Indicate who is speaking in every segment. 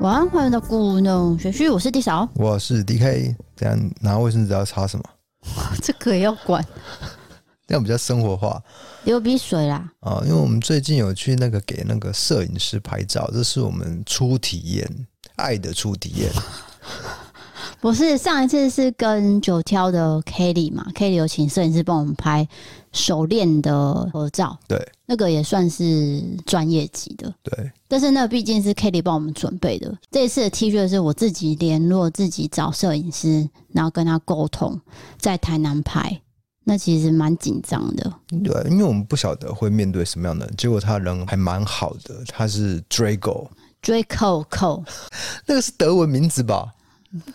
Speaker 1: 晚安，欢迎到故弄玄虚，我是地嫂，
Speaker 2: 我是 D K，这样拿卫生纸要擦什么？
Speaker 1: 这个也要管，
Speaker 2: 这样比较生活化
Speaker 1: 流鼻水啦。
Speaker 2: 啊、因为我们最近有去那个给那个摄影师拍照，这是我们初体验，爱的初体 验。
Speaker 1: 不是上一次是跟九挑的 Kelly 嘛，Kelly 有请摄影师帮我们拍手链的合照，
Speaker 2: 对
Speaker 1: 那个也算是专业级的。
Speaker 2: 对，
Speaker 1: 但是那毕竟是 Kelly 帮我们准备的。这一次的 T 恤是我自己联络、自己找摄影师，然后跟他沟通，在台南拍，那其实蛮紧张的。
Speaker 2: 对，因为我们不晓得会面对什么样的人，结果他人还蛮好的，他是 Drago，
Speaker 1: 追扣扣
Speaker 2: 那个是德文名字吧？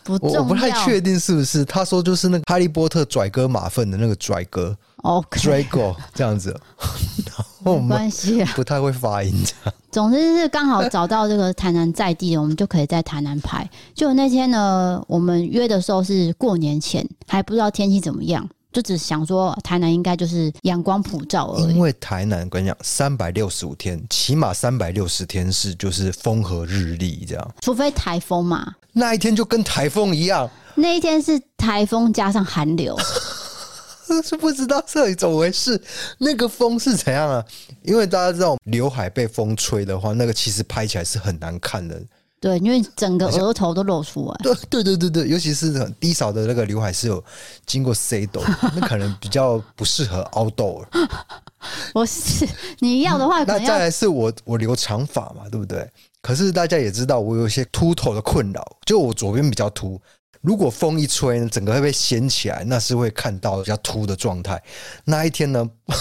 Speaker 1: 不重
Speaker 2: 我
Speaker 1: 要，
Speaker 2: 我不太确定是不是。他说就是那个哈利波特拽哥马粪的那个拽哥
Speaker 1: OK，
Speaker 2: Drago 这样子， 然后我
Speaker 1: 没
Speaker 2: 们
Speaker 1: 关系啊。
Speaker 2: 不太会发音。
Speaker 1: 总之是刚好找到这个台南在地的，我们就可以在台南拍。就那天呢，我们约的时候是过年前，还不知道天气怎么样，就只想说台南应该就是阳光普照而
Speaker 2: 因
Speaker 1: 已。
Speaker 2: 为台南，跟你讲，三百六十五天，起码三百六十天是就是风和日丽这样，
Speaker 1: 除非台风嘛，
Speaker 2: 那一天就跟台风一样，
Speaker 1: 那一天是台风加上寒流，
Speaker 2: 真是不知道这里怎么回事。那个风是怎样啊？因为大家知道，刘海被风吹的话，那个其实拍起来是很难看的。
Speaker 1: 对，因为整个额头都露出 来。
Speaker 2: 对对对对对，尤其是很低扫的那个刘海是有经过 C 斗，那可能比较不适合 outdoor。
Speaker 1: 我是你要的话，可
Speaker 2: 那
Speaker 1: 能
Speaker 2: 再
Speaker 1: 要
Speaker 2: 来是我我留长发嘛，对不对？可是大家也知道我有一些秃头的困扰，就我左边比较秃，如果风一吹呢，整个会被掀起来，那是会看到比较秃的状态。那一天呢，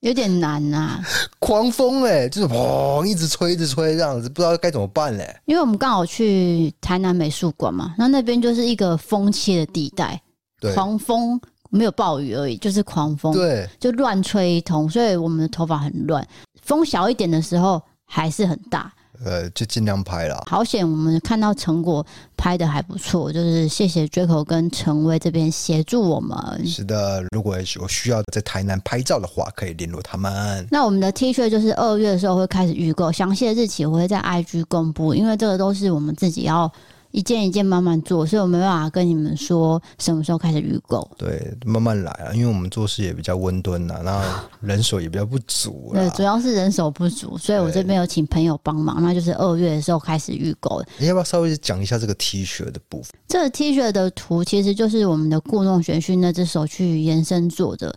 Speaker 1: 有点难啊，
Speaker 2: 狂风哎、就是哇，一直吹一直吹这样子，不知道该怎么办欸嘞、
Speaker 1: 因为我们刚好去台南美术馆嘛，那那边就是一个风切的地带，
Speaker 2: 对
Speaker 1: 狂风没有暴雨而已，就是狂风。
Speaker 2: 对，
Speaker 1: 就乱吹一通，所以我们的头发很乱。风小一点的时候还是很大，
Speaker 2: 呃，就尽量拍啦。
Speaker 1: 好险我们看到成果拍的还不错，就是谢谢 Jaco 跟陈威这边协助我们。
Speaker 2: 是的，如果有需要在台南拍照的话，可以联络他们。
Speaker 1: 那我们的 T 恤就是二月的时候会开始预购，详细的日期我会在 IG 公布，因为这个都是我们自己要一件一件慢慢做，所以我没办法跟你们说什么时候开始预购。
Speaker 2: 对，慢慢来啊，因为我们做事也比较温敦呐、那人手也比较不足啊啦
Speaker 1: 对，。主要是人手不足，所以我这边有请朋友帮忙，那就是二月的时候开始预购。
Speaker 2: 你要不要稍微讲一下这个 T 恤的部分？
Speaker 1: 这个 T 恤的图其实就是我们的故弄玄虚那只手去延伸做的。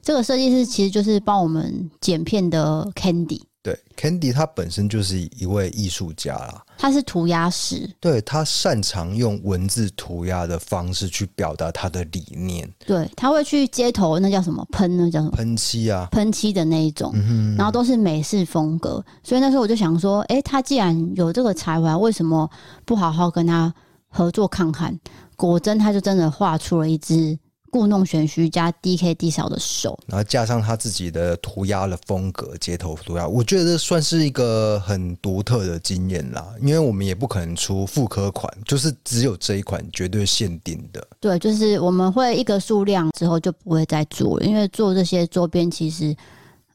Speaker 1: 这个设计师其实就是帮我们剪片的 Candy，
Speaker 2: 对，Candy 他本身就是一位艺术家啦，
Speaker 1: 他是涂鸦师，
Speaker 2: 对他擅长用文字涂鸦的方式去表达他的理念，
Speaker 1: 对，他会去街头那叫什么喷，那叫什么
Speaker 2: 喷漆啊，
Speaker 1: 喷漆的那一种，然后都是美式风格。所以那时候我就想说，诶，他既然有这个才华，为什么不好好跟他合作看看？果真，他就真的画出了一只故弄玄虚加 DK D 少的手。
Speaker 2: 然后加上他自己的涂鸦的风格，街头涂鸦，我觉得算是一个很独特的经验啦。因为我们也不可能出复刻款，就是只有这一款绝对限定的。
Speaker 1: 对，就是我们会一个数量之后就不会再做了，因为做这些周边其实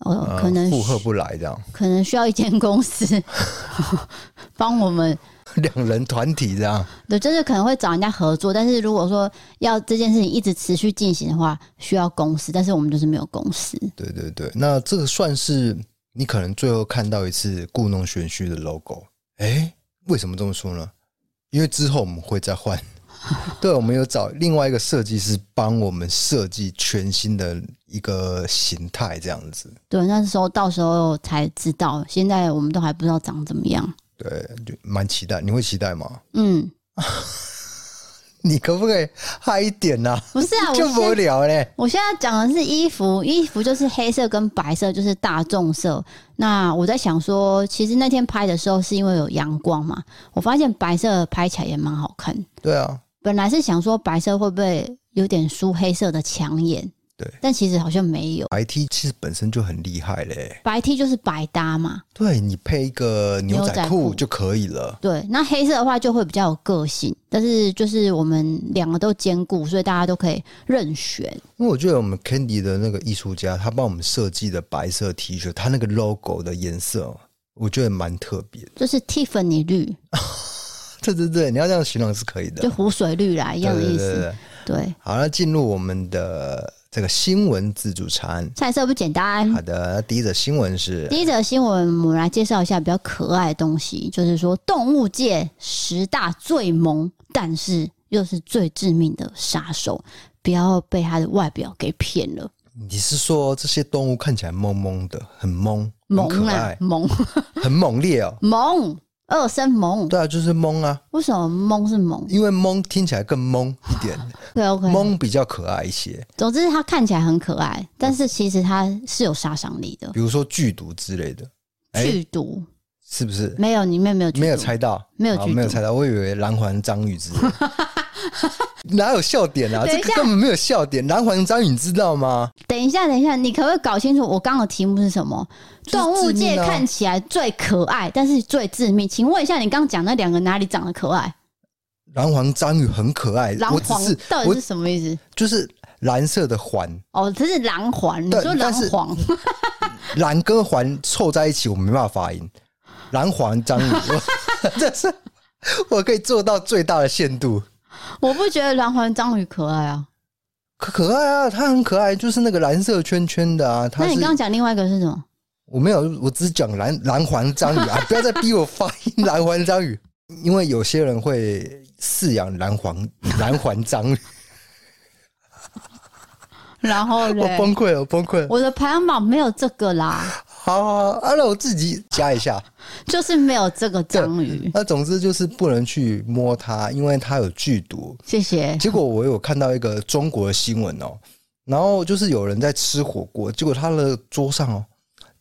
Speaker 1: 呃
Speaker 2: 呃
Speaker 1: 可能
Speaker 2: 负荷
Speaker 1: 需
Speaker 2: 不来，这样
Speaker 1: 可能需要一间公司帮我们，
Speaker 2: 两人团体这样，
Speaker 1: 对，就是可能会找人家合作，但是如果说要这件事情一直持续进行的话，需要公司，但是我们就是没有公司。
Speaker 2: 对对对，那这个算是你可能最后看到一次故弄玄虚的 logo。哎，为什么这么说呢？因为之后我们会 再换。对，我们有找另外一个设计师帮我们设计全新的一个形态，这样子。
Speaker 1: 对，那时候到时候才知道，现在我们都还不知道长怎么样。
Speaker 2: 对，就蛮期待。你会期待吗？
Speaker 1: 嗯，
Speaker 2: 你可不可以嗨一点呢、啊？
Speaker 1: 不是啊，我
Speaker 2: 就无
Speaker 1: 现在
Speaker 2: 聊嘞。
Speaker 1: 我现在讲的是衣服，衣服就是黑色跟白色，就是大众色。那我在想说，其实那天拍的时候是因为有阳光嘛，我发现白色拍起来也蛮好看。
Speaker 2: 对啊，
Speaker 1: 本来是想说白色会不会有点输黑色的抢眼，
Speaker 2: 对
Speaker 1: 但其实好像没有，
Speaker 2: 白 T 其实本身就很厉害嘞。
Speaker 1: 白 T 就是白搭嘛。
Speaker 2: 对你配一个牛
Speaker 1: 牛仔
Speaker 2: 仔
Speaker 1: 裤
Speaker 2: 裤就可以了。
Speaker 1: 对，那黑色的话就会比较有个性，但是就是我们两个都兼顾，所以大家都可以任选。
Speaker 2: 因为我觉得我们 Candy 的那个艺术家，他帮我们设计的白色 T 恤，他那个 logo 的颜色，我觉得蛮特别的。
Speaker 1: 就是 Tiffany 绿，
Speaker 2: 对对对，你要这样形容是可以的
Speaker 1: 就。湖水绿啦，一
Speaker 2: 对
Speaker 1: 样的
Speaker 2: 对
Speaker 1: 意
Speaker 2: 对
Speaker 1: 思。
Speaker 2: 对对。
Speaker 1: 对，
Speaker 2: 好，那进入我们的这个新闻自助餐。
Speaker 1: 菜色不简单。
Speaker 2: 好的，第一则新闻是
Speaker 1: 第一则新闻，我们来介绍一下比较可爱的东西，就是说动物界十大最萌，但是又是最致命的杀手，不要被它的外表给骗了。
Speaker 2: 你是说这些动物看起来萌萌的，很萌，很
Speaker 1: 萌
Speaker 2: 可
Speaker 1: 啊
Speaker 2: 爱，，
Speaker 1: 萌
Speaker 2: 很猛烈哦。
Speaker 1: 萌，二声萌。
Speaker 2: 对啊，就是萌啊，
Speaker 1: 为什么萌是萌？
Speaker 2: 因为萌听起来更萌一点，
Speaker 1: 对，OK。
Speaker 2: 萌比较可爱一些。
Speaker 1: 总之，它看起来很可爱，但是其实它是有杀伤力的。
Speaker 2: 比如说剧毒之类的，哎
Speaker 1: 剧毒
Speaker 2: 是不是？
Speaker 1: 没有，里面没有剧毒
Speaker 2: 没有猜到，
Speaker 1: 没有
Speaker 2: 好
Speaker 1: 剧毒
Speaker 2: 没有猜到，我以为蓝环章鱼之 类的。哪有笑点啊？
Speaker 1: 等
Speaker 2: 这
Speaker 1: 一下
Speaker 2: 个根本没有笑点。蓝环章鱼你知道吗？
Speaker 1: 等一下，等一下，你可不可以搞清楚我刚刚的题目是什么？
Speaker 2: 就是
Speaker 1: 动物界
Speaker 2: 致命啊
Speaker 1: 看起来最可爱，但是最致命。请问一下，你刚刚讲那两个哪里长得可爱？
Speaker 2: 蓝环章鱼很可爱，
Speaker 1: 狼
Speaker 2: 我只
Speaker 1: 黄
Speaker 2: 是
Speaker 1: 到底
Speaker 2: 我
Speaker 1: 是什么意思？
Speaker 2: 就是蓝色的环，
Speaker 1: 哦，这是狼环，你
Speaker 2: 对
Speaker 1: 说狼
Speaker 2: 但是
Speaker 1: 黄，
Speaker 2: 蓝跟环凑在一起，我没办法发音。蓝环 章鱼，我这是我可以做到最大的限度。
Speaker 1: 我不觉得狼环章鱼可爱啊。
Speaker 2: 可可爱啊，它很可爱，就是那个蓝色圈圈的啊。它
Speaker 1: 那
Speaker 2: 是
Speaker 1: 你刚刚讲另外一个是什么？
Speaker 2: 我没有，我只讲蓝蓝环章鱼啊！不要再逼我发音蓝环章鱼，因为有些人会饲养蓝环蓝环章鱼，
Speaker 1: 然后
Speaker 2: 我
Speaker 1: 嘞，
Speaker 2: 哦崩溃了，我崩溃了。
Speaker 1: 我的排行榜没有这个啦，
Speaker 2: 好好好，啊，那我自己加一下。
Speaker 1: 就是没有这个章鱼。
Speaker 2: 那总之就是不能去摸它，因为它有剧毒。
Speaker 1: 谢谢。
Speaker 2: 结果我有看到一个中国的新闻哦，然后就是有人在吃火锅，结果他的桌上哦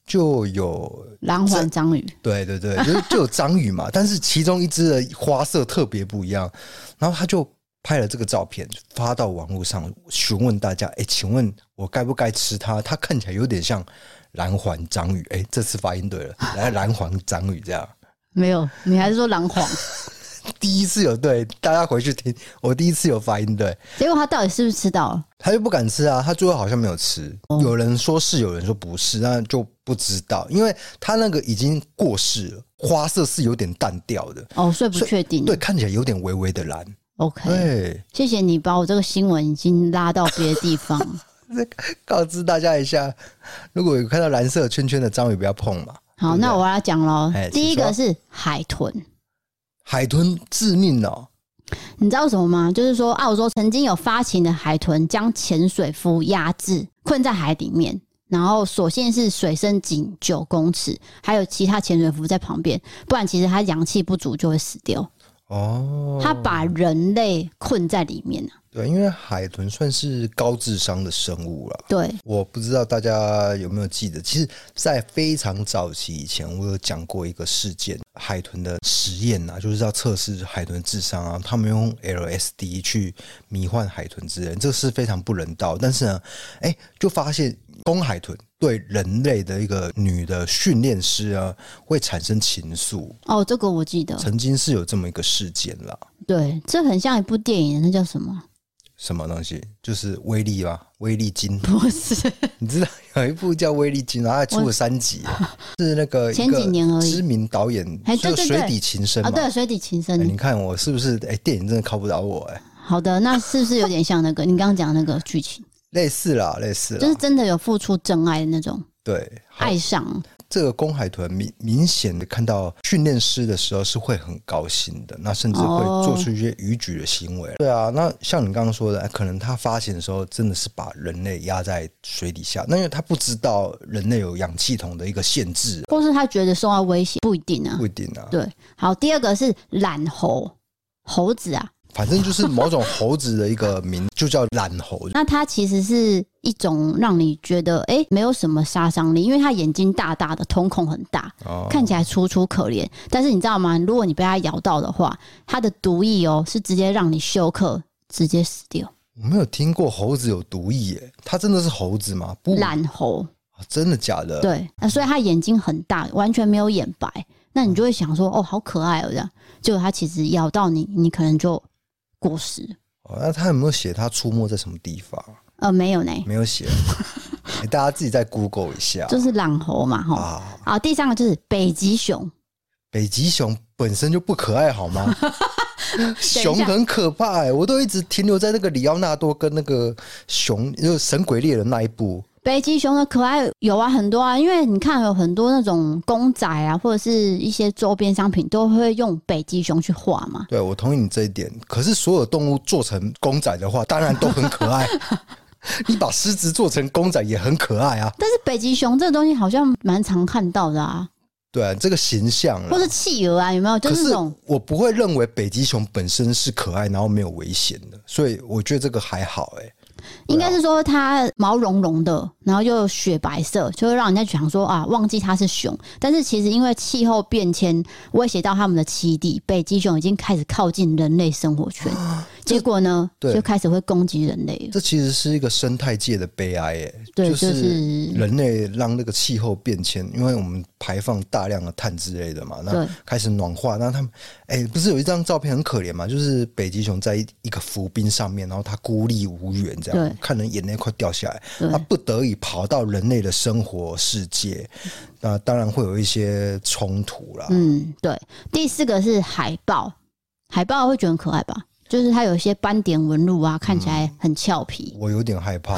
Speaker 2: 就有
Speaker 1: 狼环章鱼，
Speaker 2: 对对对，就是 就有章鱼嘛，但是其中一只的花色特别不一样，然后他就拍了这个照片发到网络上，询问大家：哎，请问我该不该吃它？它看起来有点像蓝环章鱼，哎，这次发音对了，来蓝环章鱼这样。
Speaker 1: 没有，你还是说狼 黄？
Speaker 2: 第一次有对，大家回去听，我第一次有发音对，
Speaker 1: 结果他到底是不是吃到了？
Speaker 2: 他就不敢吃啊，他最后好像没有吃。有人说是，有人说不是，那就不知道，因为他那个已经过世了，花色是有点淡掉的，
Speaker 1: 哦，所以不
Speaker 2: 所以
Speaker 1: 确定。
Speaker 2: 对，看起来有点微微的蓝。哎
Speaker 1: ，OK，
Speaker 2: 对，
Speaker 1: 谢谢你把我这个新闻已经拉到别的地 方。
Speaker 2: 告知大家一下，如果有看到蓝色圈圈的章鱼，不要碰嘛。
Speaker 1: 好，那我要讲喽
Speaker 2: 哎。请
Speaker 1: 第一个
Speaker 2: 说
Speaker 1: 是海豚，
Speaker 2: 海豚致命哦，
Speaker 1: 你知道什么吗？就是说，澳洲曾经有发情的海豚将潜水夫压制，困在海里面。然后，所幸是水深仅九公尺，还有其他潜水夫在旁边，不然其实它氧气不足就会死掉。
Speaker 2: 哦，
Speaker 1: 它把人类困在里面啊
Speaker 2: 对，因为海豚算是高智商的生物了。
Speaker 1: 对，
Speaker 2: 我不知道大家有没有记得，其实，在非常早期以前，我有讲过一个事件，海豚的实验啊，就是要测试海豚智商啊，他们用 LSD 去迷幻海豚之人，这是非常不人道。但是呢，哎，就发现公海豚对人类的一个女的训练师啊，会产生情愫，
Speaker 1: 哦，这个我记得，
Speaker 2: 曾经是有这么一个事件啦。
Speaker 1: 对，这很像一部电影，那叫什么？
Speaker 2: 什么东西？就是威力吧，威力金。
Speaker 1: 不是，
Speaker 2: 你知道有一部叫《威力金》，然后还出了三 集，是那个
Speaker 1: 前几年而已
Speaker 2: 一个知名导演，
Speaker 1: 哎对
Speaker 2: 就
Speaker 1: 对对
Speaker 2: 水底情深
Speaker 1: 啊，
Speaker 2: 嘛。
Speaker 1: 对，嗯水底情
Speaker 2: 哎你
Speaker 1: 深。
Speaker 2: 看我是不是？哎、电影真的考不倒我哎、
Speaker 1: 好的，那是不是有点像那个你刚刚讲那个剧 情，
Speaker 2: 类似啦，类似
Speaker 1: 就哎
Speaker 2: 啦
Speaker 1: 是。真的有付出真爱的那种
Speaker 2: 啊对，好
Speaker 1: 爱上？
Speaker 2: 这个公海豚明明显的看到训练师的时候是会很高兴的，那甚至会做出一些逾矩的行
Speaker 1: 哦
Speaker 2: 为。对啊，那像你刚刚说的，哎可能它发情的时候真的是把人类压在水底下，那因为它不知道人类有氧气筒的一个限制，
Speaker 1: 或是他觉得受到威胁，不一定啊
Speaker 2: 不。一定啊。
Speaker 1: 对，好，第二个是懒猴，猴子啊，
Speaker 2: 反正就是某种猴子的一个名，就叫懒猴。
Speaker 1: 那它其实是一种让你觉得哎、诶没有什么杀伤力，因为它眼睛大大的，瞳孔很大，
Speaker 2: 哦
Speaker 1: 看起来楚楚可怜。但是你知道吗？如果你被它咬到的话，它的毒液哦是直接让你休克，直接死掉。
Speaker 2: 我没有听过猴子有毒液耶，它真的是猴子吗？不，
Speaker 1: 懒猴，
Speaker 2: 啊真的假的？，
Speaker 1: 对，那所以它眼睛很大，完全没有眼白。那你就会想说，哦，好可爱哦，这样。结果它其实咬到你，你可能就过世。
Speaker 2: 哦、那它有没有写它出没在什么地方？
Speaker 1: 呃，没有呢，
Speaker 2: 没 有写，哎大家自己再 Google 一下。
Speaker 1: 就是懒猴嘛，哈。
Speaker 2: 啊，
Speaker 1: 好，第三个就是北极 熊，
Speaker 2: 北极熊本身就不可爱，好吗？
Speaker 1: 嗯
Speaker 2: 熊很可怕、哎，我都一直停留在那个里奥纳多跟那个熊，就是《神鬼猎人》那一部。
Speaker 1: 北极熊的可爱有啊，很多啊，因为你看有很多那种公仔啊，或者是一些周边商品都会用北极熊去画嘛。
Speaker 2: 对，我同意你这一点。可是所有动物做成公仔的话，当然都很可爱。 你把狮子做成公仔也很可爱啊，
Speaker 1: 但是北极熊这个东西好像蛮常看到的啊，
Speaker 2: 对啊，这个形象啦。
Speaker 1: 或是企鹅啊，有没有？就
Speaker 2: 可
Speaker 1: 是
Speaker 2: 是
Speaker 1: 那种
Speaker 2: 我不会认为北极熊本身是可爱，然后没有危险的，所以我觉得这个还好、哎，
Speaker 1: 应该是说它毛茸茸的，然后又有雪白色，就会让人家想说啊，忘记它是熊。但是其实因为气候变迁威胁到它们的栖地，北极熊已经开始靠近人类生活圈，结果呢，
Speaker 2: 啊对
Speaker 1: 就开始会攻击人类了。
Speaker 2: 这其实是一个生态界的悲哀、哎，
Speaker 1: 对就
Speaker 2: 就
Speaker 1: 是
Speaker 2: 是人类让那个气候变迁，因为我们排放大量的碳之类的嘛，那
Speaker 1: 对
Speaker 2: 开始暖化，那他们，哎、不是有一张照片很可怜嘛，就是北极熊在一一个浮冰上面，然后它孤立无援，这
Speaker 1: 对
Speaker 2: 样看人眼泪快掉下来，
Speaker 1: 对
Speaker 2: 它不得已跑到人类的生活世界，那当然会有一些冲突啦，
Speaker 1: 嗯，对。第四个是海豹，海豹会觉得很可爱吧？就是它有一些斑点纹路啊，看起来很俏皮。
Speaker 2: 我有点害怕，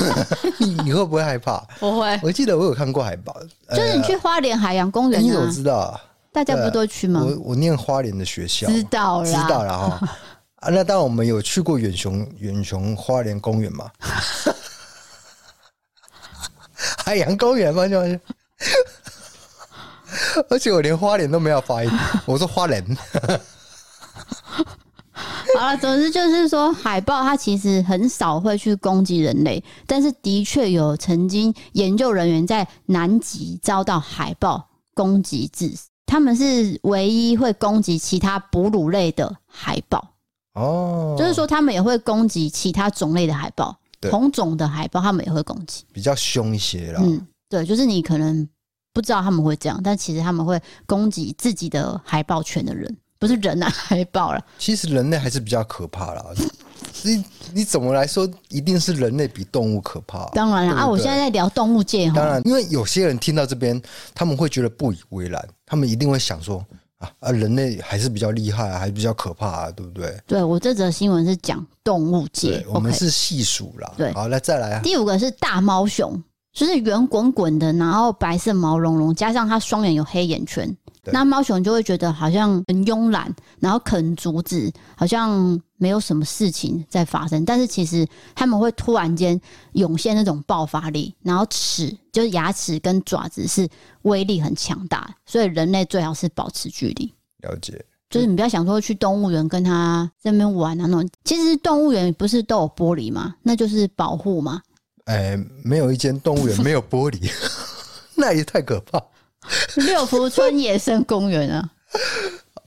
Speaker 2: 你你会不会害怕？
Speaker 1: 我会，
Speaker 2: 我记得我有看过海报，
Speaker 1: 就是你去花莲海洋公园
Speaker 2: 你怎么
Speaker 1: 啊，
Speaker 2: 知道啊？
Speaker 1: 大家不是都去吗？
Speaker 2: 我我念花莲的学校，
Speaker 1: 知道啦，
Speaker 2: 知道 了哈。啊，那当然我们有去过远雄远雄花莲公园嘛， 海洋公园嘛，就。 而且我连花莲都没有发音，我说花莲，
Speaker 1: 好了，总之就是说，海豹它其实很少会去攻击人类，但是的确有曾经研究人员在南极遭到海豹攻击致死，他们是唯一会攻击其他哺乳类的海豹。
Speaker 2: 哦，
Speaker 1: 就是说他们也会攻击其他种类的海豹，
Speaker 2: 对啊
Speaker 1: 同种的海豹他们也会攻击。
Speaker 2: 比较凶一些啦。
Speaker 1: 嗯，对，就是你可能不知道他们会这样，但其实他们会攻击自己的海豹圈的人，不是人啊，海豹啦。
Speaker 2: 其实人类还是比较可怕啦。你你怎么来说，一定是人类比动物可怕、
Speaker 1: 当然了
Speaker 2: 对不
Speaker 1: 啊，我
Speaker 2: 对
Speaker 1: 现在在聊动物界哦
Speaker 2: 当
Speaker 1: 哈，
Speaker 2: 然，因为有些人听到这边，他们会觉得不以为然，他们一定会想说啊啊，人类还是比较厉害、啊，还是比较可怕、啊，对不对？
Speaker 1: 对我这则新闻是讲动物界
Speaker 2: 对，我们
Speaker 1: ，OK。
Speaker 2: 是细数啦。
Speaker 1: 对
Speaker 2: 好，那再来啊，
Speaker 1: 第五个是大猫熊，就是圆滚滚的，然后白色毛茸茸，加上它双眼有黑眼圈，
Speaker 2: 对
Speaker 1: 那猫熊就会觉得好像很慵懒，然后啃竹子，好像没有什么事情在发生。但是其实它们会突然间涌现那种爆发力，然后齿就是牙齿跟爪子是威力很强大，所以人类最好是保持距离。
Speaker 2: 了解。
Speaker 1: 就是你不要想说去动物园跟它在那边玩啊那种，其实动物园不是都有玻璃吗？那就是保护嘛。
Speaker 2: 哎，没有一间动物园没有玻璃， 那也太可怕。
Speaker 1: 六福村野生公园啊，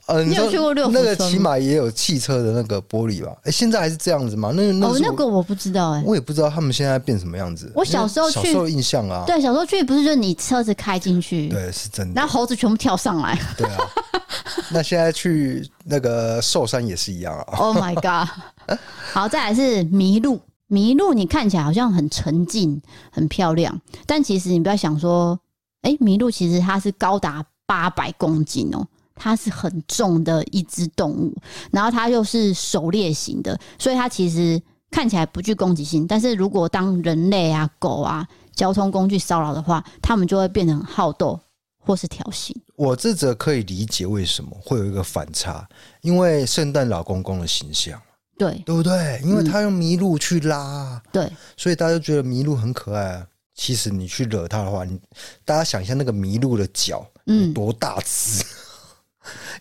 Speaker 2: 呃，
Speaker 1: 你有
Speaker 2: 说
Speaker 1: 去过六福
Speaker 2: 那个
Speaker 1: 村
Speaker 2: 起
Speaker 1: 吗
Speaker 2: 码也有汽车的那个玻璃吧？哎，现在还是这样子吗？那 那
Speaker 1: 哦，
Speaker 2: 时
Speaker 1: 那
Speaker 2: 候
Speaker 1: 个我不知道哎、
Speaker 2: 我也不知道他们现在变什么样子。
Speaker 1: 我小时候
Speaker 2: 小
Speaker 1: 去
Speaker 2: 时候印象啊，
Speaker 1: 对，小时候去不是就是你车子开进去，
Speaker 2: 对，是真的
Speaker 1: 然。后猴子全部跳上来
Speaker 2: 对啊，那现在去那个寿山也是一样啊。
Speaker 1: ，Oh my god！好，再来是麋鹿，麋鹿你看起来好像很沉静、很漂亮，但其实你不要想说，哎、麋鹿其实它是高达八百公斤哦、它是很重的一只动物，然后它又是狩猎型的，所以它其实看起来不具攻击性，但是如果当人类啊、狗啊交通工具骚扰的话，它们就会变得很好斗，或是调戏。
Speaker 2: 我这则可以理解为什么会有一个反差，因为圣诞老公公的形象，
Speaker 1: 对
Speaker 2: 对不对？因为他用麋鹿去拉啊，
Speaker 1: 对，
Speaker 2: 所以大家就觉得麋鹿很可爱啊。其实你去惹它的话，你大家想一下那个麋鹿的脚，嗯，
Speaker 1: 嗯
Speaker 2: 多大只？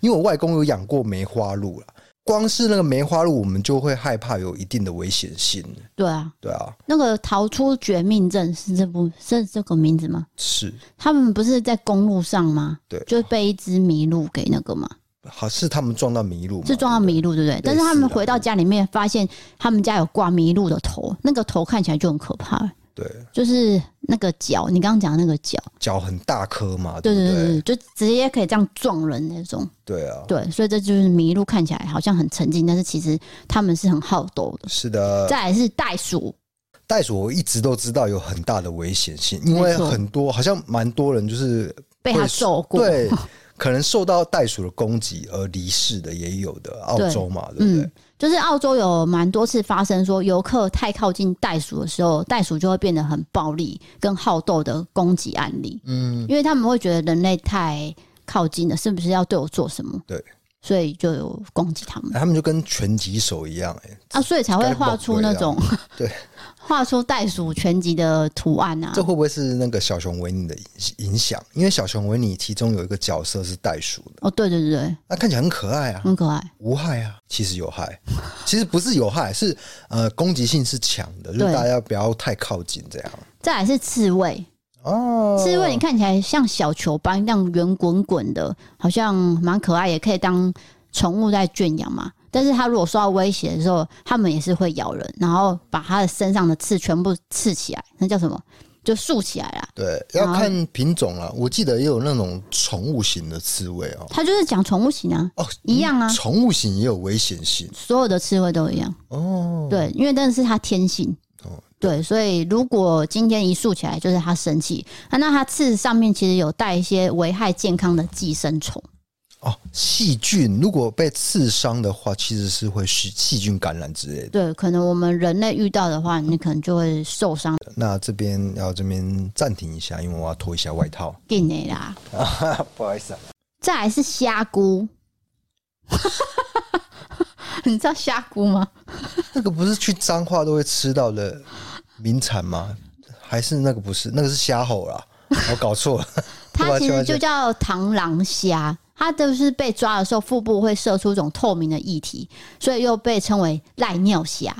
Speaker 2: 因为我外公有养过梅花鹿啦，光是那个梅花鹿，我们就会害怕有一定的危险性，
Speaker 1: 对啊，
Speaker 2: 对啊，
Speaker 1: 那个逃出绝命镇是这部是这个名字吗？
Speaker 2: 是，
Speaker 1: 他们不是在公路上吗？
Speaker 2: 对
Speaker 1: 就是被一只麋鹿给那个嘛，
Speaker 2: 好是他们撞到麋鹿嘛，
Speaker 1: 是撞到麋鹿，对不对？但是他们回到家里面，发现他们家有挂麋鹿的头，那个头看起来就很可怕了，
Speaker 2: 对不对，对
Speaker 1: 就是那个角，你刚刚讲的那个角，
Speaker 2: 脚很大颗嘛，
Speaker 1: 对
Speaker 2: 不
Speaker 1: 对
Speaker 2: 对
Speaker 1: 对，对，就直接可以这样撞人那种。
Speaker 2: 对啊，
Speaker 1: 对，所以这就是麋鹿看起来好像很沉静，但是其实他们是很好斗的。
Speaker 2: 是的，
Speaker 1: 再来是袋鼠，
Speaker 2: 袋鼠我一直都知道有很大的危险性，因为
Speaker 1: 没错
Speaker 2: 很多好像蛮多人就是
Speaker 1: 被它揍过，
Speaker 2: 对，可能受到袋鼠的攻击而离世的也有的，澳洲嘛，对不对
Speaker 1: 嗯？，就是澳洲有蛮多次发生说游客太靠近袋鼠的时候，袋鼠就会变得很暴力跟好斗的攻击案例。
Speaker 2: 嗯，
Speaker 1: 因为他们会觉得人类太靠近了，是不是要对我做什么？
Speaker 2: 对，
Speaker 1: 所以就有攻击他们
Speaker 2: 他们就跟拳击手一样、哎，
Speaker 1: 啊，所以才会画出那种
Speaker 2: 啊 对，
Speaker 1: 画出袋鼠全集的图案啊
Speaker 2: 这。会不会是那个小熊维尼的影影响？因为小熊维尼其中有一个角色是袋鼠的，
Speaker 1: 哦，对对对对，
Speaker 2: 那、看起来很可爱啊，
Speaker 1: 很可爱。
Speaker 2: 无害啊，其实有害，其实不是有害，是呃攻击性是强的，就是
Speaker 1: 对
Speaker 2: 大家不要太靠近这样。
Speaker 1: 再来是刺猬，
Speaker 2: 哦，
Speaker 1: 刺猬你看起来像小球般，那样圆滚滚的，好像蛮可爱，也可以当宠物在圈养嘛。但是它如果受到威胁的时候，它们也是会咬人，然后把它的身上的刺全部刺起来，那叫什么？就竖起来啦。
Speaker 2: 对，要
Speaker 1: 然后
Speaker 2: 看品种了。我记得也有那种宠物型的刺猬哦。
Speaker 1: 它就是讲宠物型啊，
Speaker 2: 哦，
Speaker 1: 一样啊
Speaker 2: 宠物型也有危险性
Speaker 1: 所有的刺猬都一样。
Speaker 2: 哦。
Speaker 1: 对，因为真的是它天性。
Speaker 2: 哦
Speaker 1: 对，所以如果今天一竖起来，就是它生气。啊那它刺上面其实有带一些危害健康的寄生虫。
Speaker 2: 哦，细菌如果被刺伤的话，其实是会细细菌感染之类的。
Speaker 1: 对，可能我们人类遇到的话，你可能就会受伤。
Speaker 2: 那这边要这边暂停一下，因为我要脱一下外套。
Speaker 1: 定的啦。
Speaker 2: 不好意思、啊，
Speaker 1: 再来是虾菇， 你知道虾菇吗？
Speaker 2: 那个不是去彰化都会吃到的名产吗？还是那个不是？那个是虾吼啦，我搞错 了。对
Speaker 1: 它
Speaker 2: 吧
Speaker 1: 其
Speaker 2: 对
Speaker 1: 实
Speaker 2: 吧
Speaker 1: 就
Speaker 2: 对
Speaker 1: 叫螳螂虾，它就是被抓的时候腹部会射出一种透明的液体，所以又被称为赖尿虾。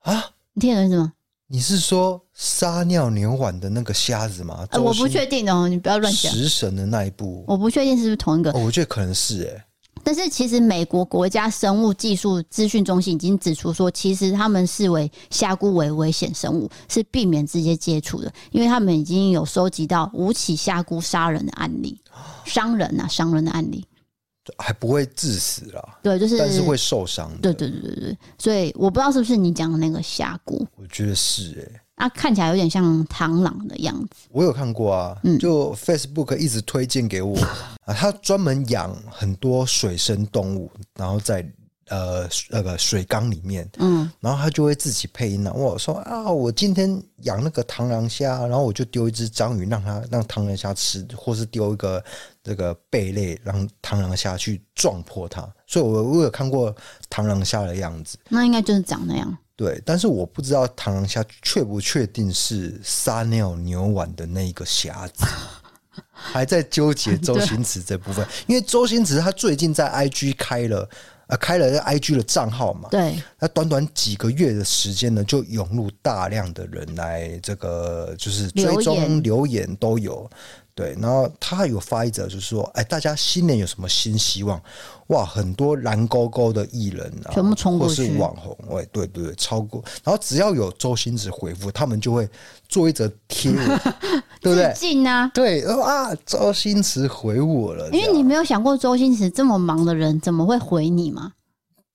Speaker 2: 啊！
Speaker 1: 你听得懂意思吗？
Speaker 2: 你是说撒尿牛丸的那个虾子吗？
Speaker 1: 呃，我
Speaker 2: 周
Speaker 1: 不
Speaker 2: 星
Speaker 1: 确定哦，你不要乱讲。
Speaker 2: 食神的那一部，
Speaker 1: 我不确定是不是同一个，
Speaker 2: 哦，我觉得可能是哎、
Speaker 1: 但是其实美国国家生物技术资讯中心已经指出说，其实他们视为虾菇为危险生物，是避免直接接触的，因为他们已经有收集到五起虾菇杀人的案例， 伤人啊，伤人的案例，
Speaker 2: 还不会致死啦，
Speaker 1: 对，就是，
Speaker 2: 但是会受伤的。
Speaker 1: 对对对对对，所以我不知道是不是你讲的那个虾菇，
Speaker 2: 我觉得是
Speaker 1: 它
Speaker 2: 哎、
Speaker 1: 看起来有点像螳螂的样子，
Speaker 2: 我有看过啊，
Speaker 1: 嗯
Speaker 2: 就 Facebook 一直推荐 给我啊，他专门养很多水生动物，然后在呃水那个水缸里面，
Speaker 1: 嗯，
Speaker 2: 然后他就会自己配音啊。我说啊，我今天养那个螳螂虾，然后我就丢一只章鱼让它让螳螂虾吃，或是丢一个这个贝类让螳螂虾去撞破它。所以我我有看过螳螂虾的样子，
Speaker 1: 那应该就是长那样，
Speaker 2: 对，但是我不知道螳螂虾确不确定是撒尿牛丸的那一个虾子， 还在纠结周星驰这部分，因为周星驰他最近在 IG 开了呃开了 IG 的账号嘛，
Speaker 1: 对，
Speaker 2: 那短短几个月的时间呢，就涌入大量的人来这个就是追
Speaker 1: 留
Speaker 2: 踪
Speaker 1: 言
Speaker 2: 留言都有。对，然后他有发一则，就是说，哎，大家新年有什么新希望？哇，很多蓝勾勾的艺人啊，
Speaker 1: 全部冲过
Speaker 2: 或是
Speaker 1: 去
Speaker 2: 网红，哎，对对对，超过。然后只要有周星驰回复，他们就会做一则 贴文，对不对
Speaker 1: 致？敬啊。
Speaker 2: 对，然后啊，周星驰回我了，
Speaker 1: 因
Speaker 2: 这
Speaker 1: 为
Speaker 2: 样
Speaker 1: 你没有想过周星驰这么忙的人怎么会回你吗？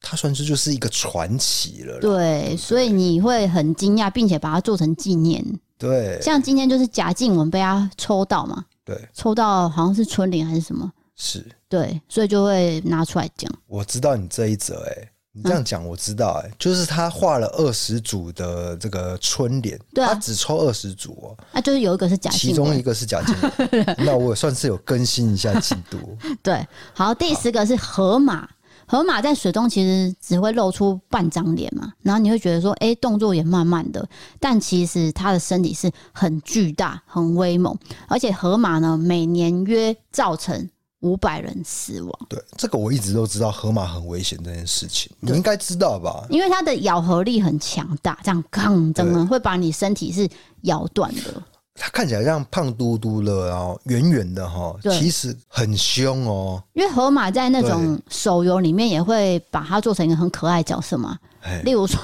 Speaker 2: 他算是就是一个传奇了啦，
Speaker 1: 对，所以你会很惊讶，并且把它做成纪念。
Speaker 2: 对
Speaker 1: 像今天就是贾静雯被他抽到嘛，
Speaker 2: 对
Speaker 1: 抽到好像是春联还是什么，
Speaker 2: 是。
Speaker 1: 对，所以就会拿出来讲。
Speaker 2: 我知道你这一则、欸，哎，你
Speaker 1: 嗯
Speaker 2: 这样讲我知道、哎、就是他画了二十组的这个春联，
Speaker 1: 对啊
Speaker 2: 他只抽二十组哦，
Speaker 1: 啊，就是有一个是假
Speaker 2: 其
Speaker 1: 性
Speaker 2: 中一
Speaker 1: 格，
Speaker 2: 个是假金 额，那我算是有更新一下进度。
Speaker 1: 对。好，第十个是河马，河马在水中其实只会露出半张脸嘛，然后你会觉得说，哎、动作也慢慢的，但其实它的身体是很巨大、很威猛，而且河马呢，每年约造成五百人死亡。
Speaker 2: 对，这个我一直都知道河马很危险这件事情，你应该知道吧？
Speaker 1: 因为它的咬合力很强大，这样杠真
Speaker 2: 对
Speaker 1: 的会把你身体是咬断的。
Speaker 2: 它看起来像胖嘟嘟的，然后圆圆的哈，
Speaker 1: 对
Speaker 2: 其实很凶哦。
Speaker 1: 因为河马在那种手游里面也会把它做成一个很可爱的角色嘛，
Speaker 2: 哎
Speaker 1: 例，如说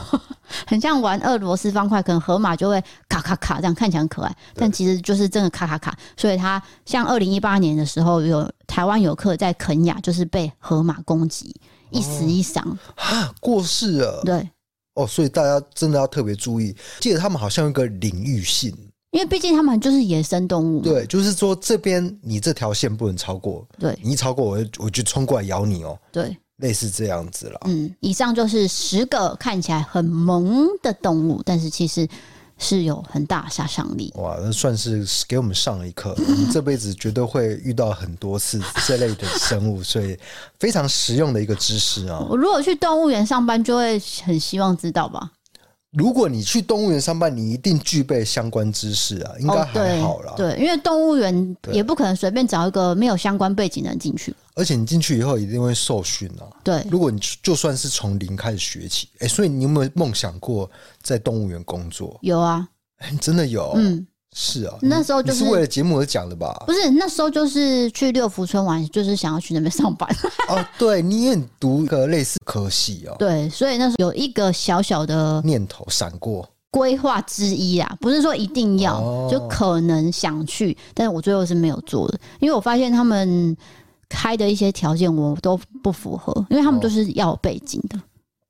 Speaker 1: 很像玩俄罗斯方块，可能河马就会卡卡卡这样看起来很可爱，但其实就是真的卡卡卡。所以它像二零一八年的时候，有台湾游客在肯雅就是被河马攻击，一死一伤。
Speaker 2: 啊，过世了
Speaker 1: 对，
Speaker 2: 哦，所以大家真的要特别注意。记得他们好像有一个领域性，
Speaker 1: 因为毕竟它们就是野生动物嘛。
Speaker 2: 对，就是说这边你这条线不能超过，
Speaker 1: 对
Speaker 2: 你一超过我就我就冲过来咬你哦，
Speaker 1: 对，
Speaker 2: 类似这样子啦。
Speaker 1: 嗯，以上就是十个看起来很萌的动物，但是其实是有很大杀伤力。
Speaker 2: 哇，那算是给我们上了一课。我们这辈子绝对会遇到很多次这类的生物，所以非常实用的一个知识啊。
Speaker 1: 我如果去动物园上班，就会很希望知道吧？
Speaker 2: 如果你去动物园上班，你一定具备相关知识啊，应该
Speaker 1: 哦，
Speaker 2: 还
Speaker 1: 对
Speaker 2: 好啦。
Speaker 1: 对，因为动物园
Speaker 2: 对
Speaker 1: 也不可能随便找一个没有相关背景的人进去。
Speaker 2: 而且你进去以后一定会受训啊。
Speaker 1: 对，
Speaker 2: 如果你就算是从零开始学起，哎、所以你有没有梦想过在动物园工作？
Speaker 1: 有啊，
Speaker 2: 哎、你真的有，
Speaker 1: 嗯，
Speaker 2: 是啊，
Speaker 1: 那时候
Speaker 2: 你
Speaker 1: 就是
Speaker 2: 你是为了节目而讲的吧？
Speaker 1: 不是那时候就是去六福村玩，就是想要去那边上班。
Speaker 2: 哦，对，你也读一个类似科系哦，
Speaker 1: 对，所以那时候有一个小小的
Speaker 2: 念头闪过。
Speaker 1: 规划之一啊，不是说一定要，
Speaker 2: 哦
Speaker 1: 就可能想去，但是我最后是没有做的，因为我发现他们开的一些条件我都不符合，因为他们
Speaker 2: 哦
Speaker 1: 都是要有背景的、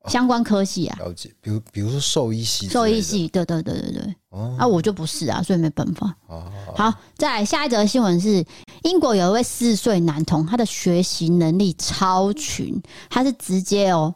Speaker 1: 相关科系啊，
Speaker 2: 了解，比如比如说兽医系之类的，
Speaker 1: 兽医系，对对对对对，
Speaker 2: 哦
Speaker 1: 啊，我就不是啊，所以没办法。
Speaker 2: 哦
Speaker 1: 好，再来下一则新闻是，英国有一位四岁男童，他的学习能力超群，他是直接哦，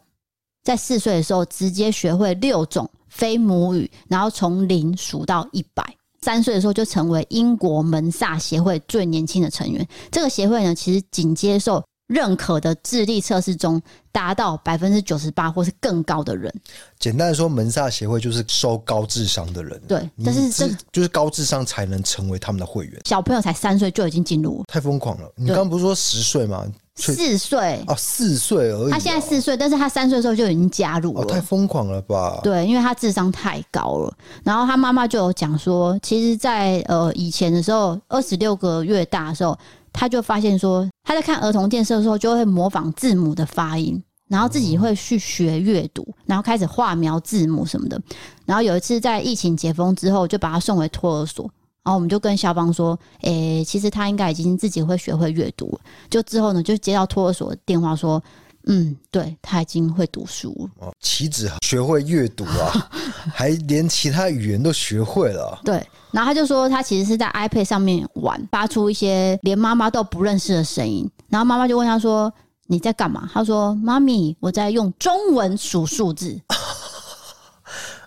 Speaker 1: 在四岁的时候直接学会六种非母语，然后从零数到一百。三岁的时候就成为英国门萨协会最年轻的成员。这个协会呢，其实仅接受认可的智力测试中达到百分之九十八或是更高的人。
Speaker 2: 简单来说，门萨协会就是收高智商的人，
Speaker 1: 对
Speaker 2: 嗯你
Speaker 1: 但是
Speaker 2: 智
Speaker 1: 这
Speaker 2: 就是高智商才能成为他们的会员，
Speaker 1: 小朋友才三岁就已经进入
Speaker 2: 太疯狂了！你
Speaker 1: 对
Speaker 2: 刚刚不是说十岁吗？所以
Speaker 1: 四岁，
Speaker 2: 哦，四岁而已哦、
Speaker 1: 他现在四岁，但是他三岁的时候就已经加入
Speaker 2: 哦，
Speaker 1: 了。
Speaker 2: 太疯狂了吧？
Speaker 1: 对，因为他智商太高了。然后他妈妈就有讲说，其实在，呃以前的时候，二十六个月大的时候，他就发现说，他在看儿童电视的时候，就会模仿字母的发音，然后自己会去学阅读，然后开始画描字母什么的。然后有一次在疫情解封之后，就把他送回托儿所。然后我们就跟校方说，诶、其实他应该已经自己会学会阅读了。就之后呢，就接到托儿所的电话说，嗯，对他已经会读书了。
Speaker 2: 哦，岂止学会阅 读啊，还连其他语言都学会了。
Speaker 1: 对，然后他就说他其实是在 iPad 上面玩，发出一些连妈妈都不认识的声音。然后妈妈就问他说：“你在干嘛？”他说：“妈咪，我在用中文数数字。
Speaker 2: 啊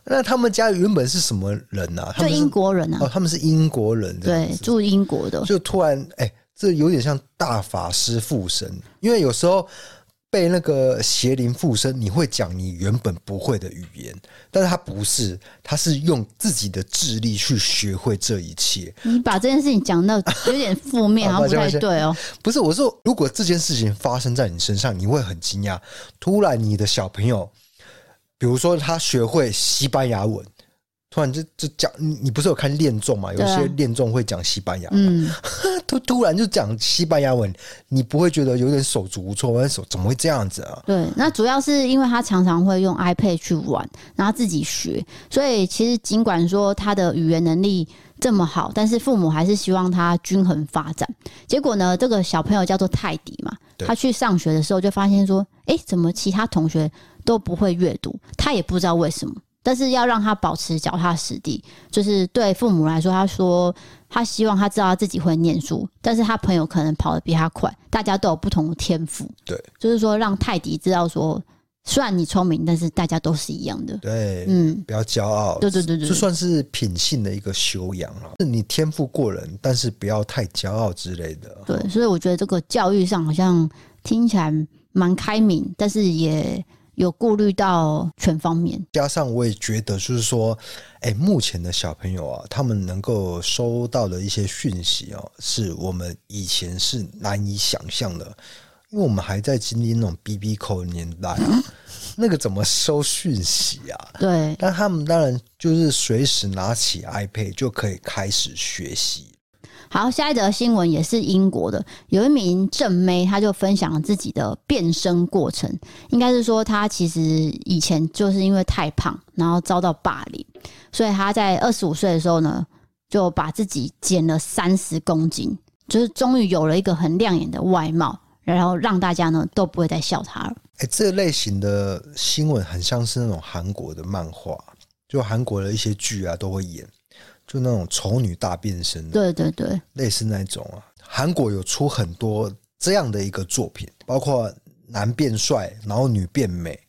Speaker 2: 那他们家原本是什么人啊？”
Speaker 1: 就
Speaker 2: 他们是
Speaker 1: 英国人
Speaker 2: 哦，
Speaker 1: 啊，
Speaker 2: 他们是英国人，这样
Speaker 1: 对，
Speaker 2: 子
Speaker 1: 住英国的，
Speaker 2: 就突然哎、 这有点像大法师附身，因为有时候被那个邪灵附身，你会讲你原本不会的语言，但是他不是，他是用自己的智力去学会这一切。
Speaker 1: 你把这件事情讲到有点负 面，
Speaker 2: 好
Speaker 1: 好像不
Speaker 2: 啊抱
Speaker 1: 太
Speaker 2: 歉
Speaker 1: 对哦。
Speaker 2: 不是，我说如果这件事情发生在你身上，你会很惊讶，突然你的小朋友，比如说他学会西班牙文。突然就就讲，你你不是有看恋综嘛？有
Speaker 1: 对啊
Speaker 2: 些恋综会讲西班牙，
Speaker 1: 嗯，
Speaker 2: 突突然就讲西班牙文，你不会觉得有点手足无措吗？手怎么会这样子啊？
Speaker 1: 对，那主要是因为他常常会用 iPad 去玩，然后自己学，所以其实尽管说他的语言能力这么好，但是父母还是希望他均衡发展。结果呢，这个小朋友叫做泰迪嘛，
Speaker 2: 对
Speaker 1: 他去上学的时候就发现说，诶，怎么其他同学都不会阅读？他也不知道为什么。但是要让他保持脚踏实地，就是对父母来说，他说他希望他知道他自己会念书，但是他朋友可能跑得比他快，大家都有不同的天赋，
Speaker 2: 对，
Speaker 1: 就是说让泰迪知道说虽然你聪明，但是大家都是一样的。
Speaker 2: 对，
Speaker 1: 嗯，
Speaker 2: 不要骄傲，啊
Speaker 1: 对对对对
Speaker 2: 这算是品性的一个修养了。是你天赋过人，但是不要太骄傲之类的。
Speaker 1: 对，所以我觉得这个教育上好像听起来蛮开明，但是也有顾虑到全方面。
Speaker 2: 加上我也觉得，就是说，哎，目前的小朋友啊，他们能够收到的一些讯息哦，是我们以前是难以想象的，因为我们还在经历那种 B B 扣年代
Speaker 1: 嗯
Speaker 2: 啊，那个怎么收讯息啊？
Speaker 1: 对，
Speaker 2: 但他们当然就是随时拿起 iPad 就可以开始学习。
Speaker 1: 好，下一则新闻也是英国的，有一名正妹，她就分享了自己的变身过程。应该是说，她其实以前就是因为太胖，然后遭到霸凌，所以她在二十五岁的时候呢，就把自己减了三十公斤，就是终于有了一个很亮眼的外貌，然后让大家呢都不会再笑她了。
Speaker 2: 哎、这类型的新闻很像是那种韩国的漫画，就韩国的一些剧啊都会演，就那种丑女大变身啊、
Speaker 1: 对对对，
Speaker 2: 类似那种啊。韩国有出很多这样的一个作品，包括男变帅，然后女变美。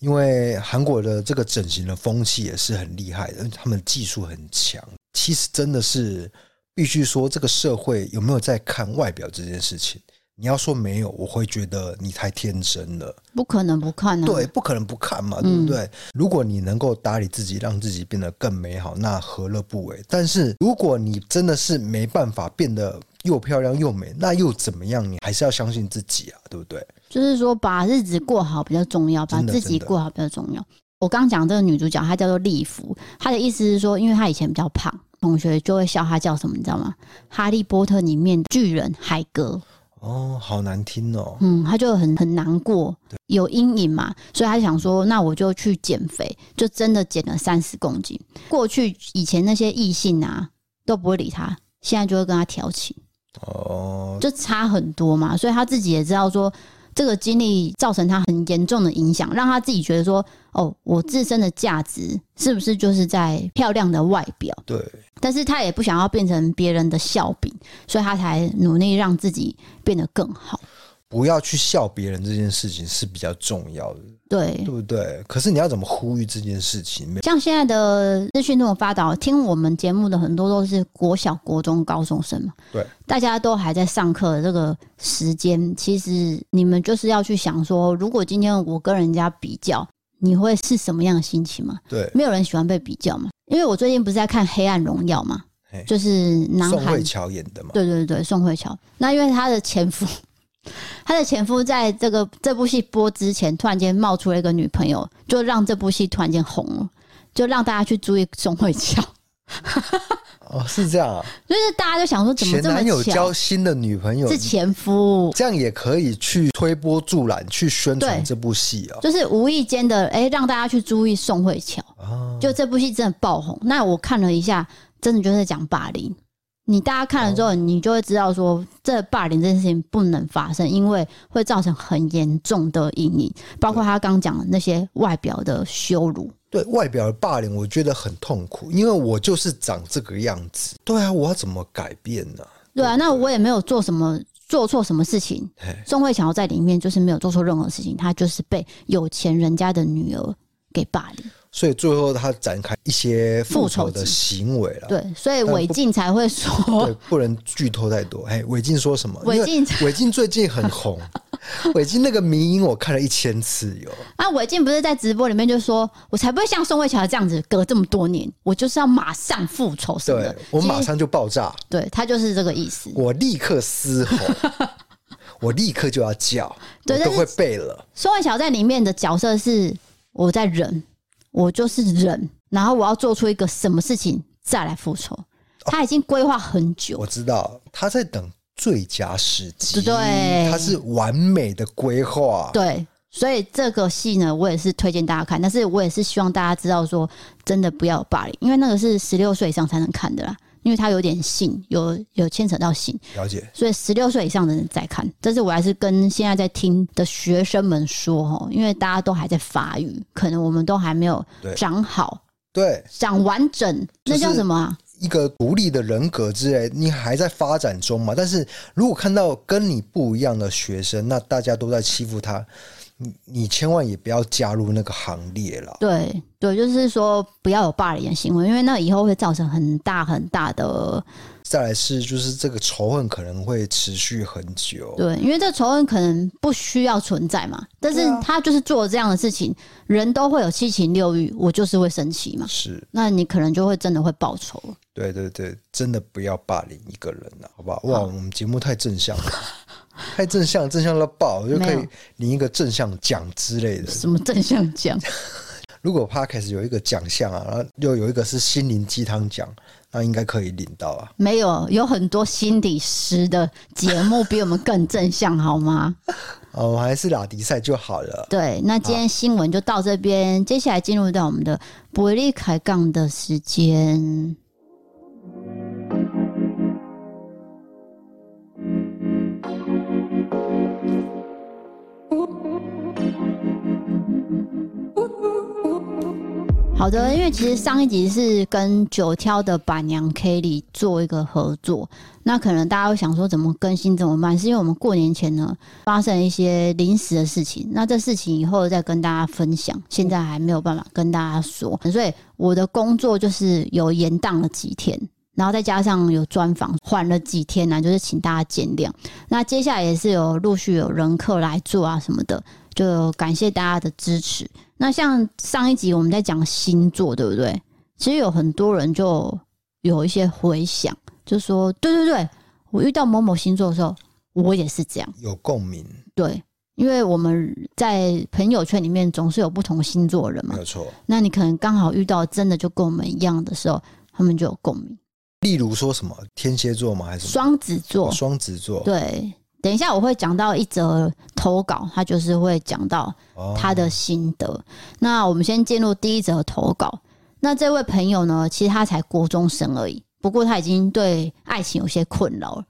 Speaker 2: 因为韩国的这个整形的风气也是很厉害的，他们技术很强。其实真的是必须说，这个社会有没有在看外表这件事情？你要说没有，我会觉得你太天真了。
Speaker 1: 不可能不看啊！
Speaker 2: 对，不可能不看嘛，对
Speaker 1: 嗯
Speaker 2: 不对？如果你能够打理自己，让自己变得更美好，那何乐不为？但是如果你真的是没办法变得又漂亮又美，那又怎么样？你还是要相信自己啊，对不对？
Speaker 1: 就是说把日子过好比较重要，把
Speaker 2: 真的
Speaker 1: 自己
Speaker 2: 真的
Speaker 1: 过好比较重要。我刚讲这个女主角，她叫做丽芙，她的意思是说，因为她以前比较胖，同学就会笑她叫什么，你知道吗？《哈利波特》里面巨人海格，
Speaker 2: 哦，好难听哦。
Speaker 1: 嗯，她就很很难过，有阴影嘛，所以她想说，那我就去减肥，就真的减了三十公斤。过去以前那些异性啊都不会理她，现在就会跟她调情。
Speaker 2: 哦，
Speaker 1: 就差很多嘛，所以他自己也知道说这个经历造成他很严重的影响，让他自己觉得说，哦，我自身的价值是不是就是在漂亮的外表？
Speaker 2: 对，
Speaker 1: 但是他也不想要变成别人的笑柄，所以他才努力让自己变得更好。
Speaker 2: 不要去笑别人这件事情是比较重要的，
Speaker 1: 对
Speaker 2: 对，不对？可是你要怎么呼吁这件事情？没
Speaker 1: 像现在的资讯这么发达，听我们节目的很多都是国小、国中、高中生嘛，
Speaker 2: 对，
Speaker 1: 大家都还在上课的这个时间，其实你们就是要去想说，如果今天我跟人家比较，你会是什么样的心情嘛？
Speaker 2: 对，
Speaker 1: 没有人喜欢被比较嘛，因为我最近不是在看《黑暗荣耀》嘛
Speaker 2: 嘿，
Speaker 1: 就是南
Speaker 2: 宋
Speaker 1: 韩
Speaker 2: 慧乔演的嘛，
Speaker 1: 对对对，宋慧乔。那因为她的前夫， 她的前夫在这个这部戏播之前，突然间冒出了一个女朋友，就让这部戏突然间红了，就让大家去注意宋慧乔。
Speaker 2: 哦，是这样啊。
Speaker 1: 就是大家就想说，怎么
Speaker 2: 前
Speaker 1: 这
Speaker 2: 男友
Speaker 1: 么巧
Speaker 2: 交？新的女朋友，
Speaker 1: 是前夫，
Speaker 2: 这样也可以去推波助澜，去宣传
Speaker 1: 对
Speaker 2: 这部戏啊、
Speaker 1: 就是无意间的，哎、让大家去注意宋慧乔。
Speaker 2: 啊，
Speaker 1: 就这部戏真的爆红。那我看了一下，真的就是在讲霸凌。你大家看了
Speaker 2: 哦
Speaker 1: 之后，你就会知道说，这霸凌这件事情不能发生，因为会造成很严重的阴影，包括他刚讲的那些外表的羞辱。
Speaker 2: 对外表的霸凌，我觉得很痛苦，因为我就是长这个样子。对啊，我要怎么改变呢、
Speaker 1: 对啊，那我也没有做什么做错什么事情
Speaker 2: 嘿，
Speaker 1: 宋慧乔在里面就是没有做错任何事情，她就是被有钱人家的女儿给霸凌。
Speaker 2: 所以最后他展开一些复仇
Speaker 1: 复仇
Speaker 2: 的
Speaker 1: 计
Speaker 2: 行为了。
Speaker 1: 对，所以韦静才会
Speaker 2: 对
Speaker 1: 说，，
Speaker 2: 不能剧透太多。哎，韦静说什么？
Speaker 1: 韦
Speaker 2: 因为
Speaker 1: 静
Speaker 2: 韦静最近很红，韦静那个迷音我看了一千次有。
Speaker 1: 啊，韦静不是在直播里面就说，我才不会像宋慧乔这样子隔这么多年，我就是要马上复仇什么
Speaker 2: 对
Speaker 1: 的。
Speaker 2: 我
Speaker 1: 其实
Speaker 2: 马上就爆炸，
Speaker 1: 对他就是这个意思。
Speaker 2: 我立刻 嘶吼，我立刻就要叫，
Speaker 1: 对
Speaker 2: 我都
Speaker 1: 但是
Speaker 2: 会背了。
Speaker 1: 宋慧乔在里面的角色是我在忍，我就是忍，然后我要做出一个什么事情再来复仇。
Speaker 2: 哦
Speaker 1: 他已经规划很久
Speaker 2: 我，知道他在等最佳时机，
Speaker 1: 对
Speaker 2: 他是完美的规划，，
Speaker 1: 对，所以这个戏呢，我也是推荐大家看，但是我也是希望大家知道说，真的不要有霸凌，因为那个是十六岁以上才能看的啦，因为它有点性，有有牵扯到性。
Speaker 2: 了解。
Speaker 1: 所以十六岁以上的人在看，但是我还是跟现在在听的学生们说哦，因为大家都还在发育，可能我们都还没有
Speaker 2: 对
Speaker 1: 长好、
Speaker 2: 对，
Speaker 1: 长完整，
Speaker 2: 就
Speaker 1: 那
Speaker 2: 是
Speaker 1: 叫什么、啊？
Speaker 2: 一个独立的人格之类，你还在发展中嘛？但是如果看到跟你不一样的学生，那大家都在欺负他，你你千万也不要加入那个行列啦。
Speaker 1: 对对，就是说不要有霸凌的行为，因为那以后会造成很大很大的
Speaker 2: 再来是就是这个仇恨可能会持续很久，
Speaker 1: 对，因为这仇恨可能不需要存在嘛，但是
Speaker 2: 对啊
Speaker 1: 他就是做了这样的事情，人都会有七情六欲，我就是会生气嘛，
Speaker 2: 是
Speaker 1: 那你可能就会真的会报仇。
Speaker 2: 对对对，真的不要霸凌一个人了，好不好？哇，我们节目太正向了，太正向，正向到爆，就可
Speaker 1: 没
Speaker 2: 以
Speaker 1: 有
Speaker 2: 领一个正向奖之类的。
Speaker 1: 什么正向讲？
Speaker 2: 如果 podcast 有一个奖项啊，然后又有一个是心灵鸡汤奖，那应该可以领到啊。
Speaker 1: 没有，有很多心理师的节目比我们更正向，好吗？
Speaker 2: 啊，我们还是拉迪赛就好了。
Speaker 1: 对，那今天新闻就到这边，接下来进入到我们的伯利开杠的时间。好的，因为其实上一集是跟九挑的板娘 Kelly 做一个合作，那可能大家会想说怎么更新怎么办？是因为我们过年前呢发生了一些临时的事情，那这事情以后再跟大家分享，现在还没有办法跟大家说，所以我的工作就是有延宕了几天。然后再加上有专访，缓了几天呢、啊就是请大家见谅。那接下来也是有陆续有人客来做啊什么的，就感谢大家的支持。那像上一集我们在讲星座，对不对？其实有很多人就有一些回想，就说对对对，我遇到某某星座的时候，我也是这样。
Speaker 2: 有共鸣，
Speaker 1: 对，因为我们在朋友圈里面总是有不同星座的人
Speaker 2: 没
Speaker 1: 嘛，
Speaker 2: 有错。
Speaker 1: 那你可能刚好遇到真的就跟我们一样的时候，他们就有共鸣。
Speaker 2: 例如说什么天蝎座吗？还是什么
Speaker 1: 双子座
Speaker 2: 哦，双子座？
Speaker 1: 对，等一下我会讲到一则投稿，他就是会讲到
Speaker 2: 哦，
Speaker 1: 他的心得。那我们先进入第一则投稿。那这位朋友呢，其实他才国中生而已，不过他已经对爱情有些困扰了，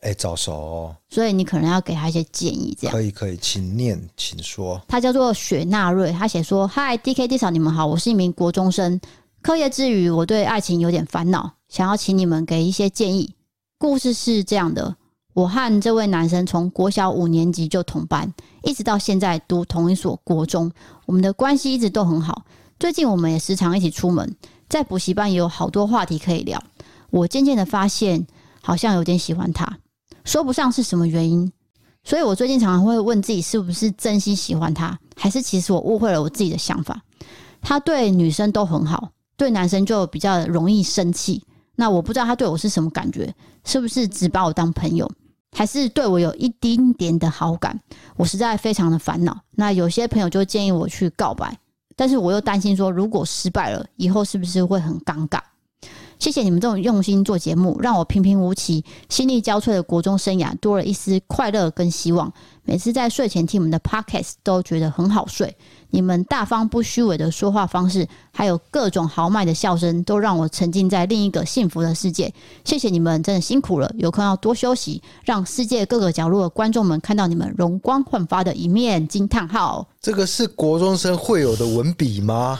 Speaker 2: 哎、早熟、哦，
Speaker 1: 所以你可能要给他一些建议，这样。
Speaker 2: 可以可以，请念，请说。
Speaker 1: 他叫做雪纳瑞，他写说：“嗨，D K D 嫂，你们好，我是一名国中生，课业之余，我对爱情有点烦恼，想要请你们给一些建议。故事是这样的，我和这位男生从国小五年级就同班，一直到现在读同一所国中，我们的关系一直都很好。最近我们也时常一起出门，在补习班也有好多话题可以聊。我渐渐的发现，好像有点喜欢他，说不上是什么原因，所以我最近常常会问自己，是不是真心喜欢他，还是其实我误会了我自己的想法？他对女生都很好，对男生就比较容易生气。那我不知道他对我是什么感觉，是不是只把我当朋友，还是对我有一丁点的好感？我实在非常的烦恼。那有些朋友就建议我去告白，但是我又担心说，如果失败了，以后是不是会很尴尬？谢谢你们这种用心做节目，让我平平无奇、心力交瘁的国中生涯多了一丝快乐跟希望。每次在睡前听你们的 podcast 都觉得很好睡，你们大方不虚伪的说话方式，还有各种豪迈的笑声，都让我沉浸在另一个幸福的世界。谢谢你们，真的辛苦了，有空要多休息，让世界各个角落的观众们看到你们容光焕发的一面。惊叹号！
Speaker 2: 这个是国中生会有的文笔 吗？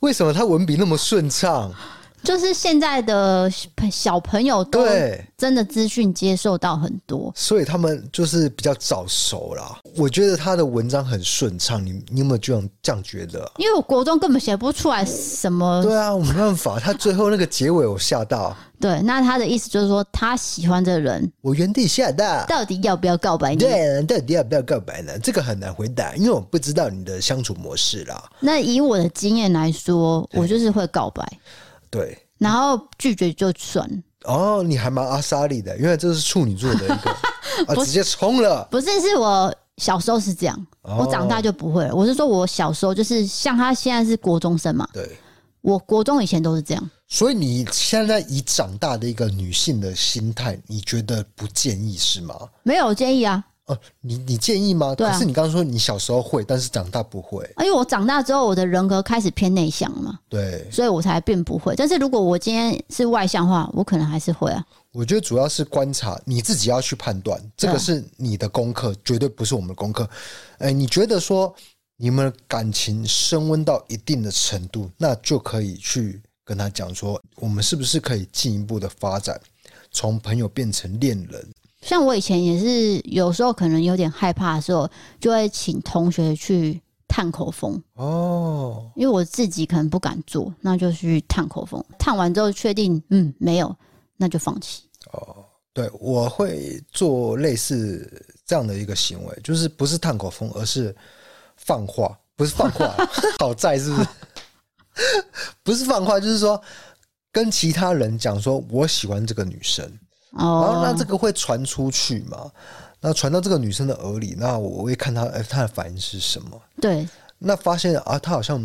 Speaker 2: 为什么他文笔那么顺畅？
Speaker 1: 就是现在的小朋友都
Speaker 2: 对，
Speaker 1: 真的资讯接受到很多，
Speaker 2: 所以他们就是比较早熟啦。我觉得他的文章很顺畅，你你有没有这样这样觉得？
Speaker 1: 因为我国中根本写不出来什么
Speaker 2: 对啊，我没办法，他最后那个结尾我吓 到，
Speaker 1: 对，那他的意思就是说，他喜欢这个人，
Speaker 2: 我原地吓到。
Speaker 1: 到底要不要告白你？
Speaker 2: 对，到底要不要告白呢？这个很难回答，因为我不知道你的相处模式啦。
Speaker 1: 那以我的经验来说，我就是会告白，
Speaker 2: 对，
Speaker 1: 然后拒绝就算了。
Speaker 2: 哦，你还蛮阿莎莉的，因为这是处女座的一 个啊，直接冲了。
Speaker 1: 不是，是我小时候是这样，
Speaker 2: 哦
Speaker 1: 我长大就不会了。我是说，我小时候就是像他现在是国中生嘛，
Speaker 2: 对，
Speaker 1: 我国中以前都是这样。
Speaker 2: 所以你现在以长大的一个女性的心态，你觉得不建议是吗？
Speaker 1: 没有建议啊，
Speaker 2: 哦，你你建议吗？
Speaker 1: 对啊
Speaker 2: 可是你刚刚说你小时候会，但是长大不会。
Speaker 1: 因为我长大之后，我的人格开始偏内向了嘛，
Speaker 2: 对，
Speaker 1: 所以我才变不会。但是如果我今天是外向的话，我可能还是会啊。
Speaker 2: 我觉得主要是观察你自己要去判断，这个
Speaker 1: 对
Speaker 2: 是你的功课，绝对不是我们的功课。哎，你觉得说你们感情升温到一定的程度，那就可以去跟他讲说，我们是不是可以进一步的发展，从朋友变成恋人，
Speaker 1: 像我以前也是，有时候可能有点害怕的时候，就会请同学去探口风，
Speaker 2: 哦，
Speaker 1: 因为我自己可能不敢做，那就去探口风。探完之后确定嗯没有，那就放弃。
Speaker 2: 对，我会做类似这样的一个行为，就是不是探口风，而是放话，不是放话，好在是不 是？不是放话，就是说跟其他人讲说我喜欢这个女生，然后
Speaker 1: 哦，
Speaker 2: 那这个会传出去嘛？那传到这个女生的耳里，那我会看她，哎、她的反应是什么？
Speaker 1: 对
Speaker 2: 那发现啊，她好像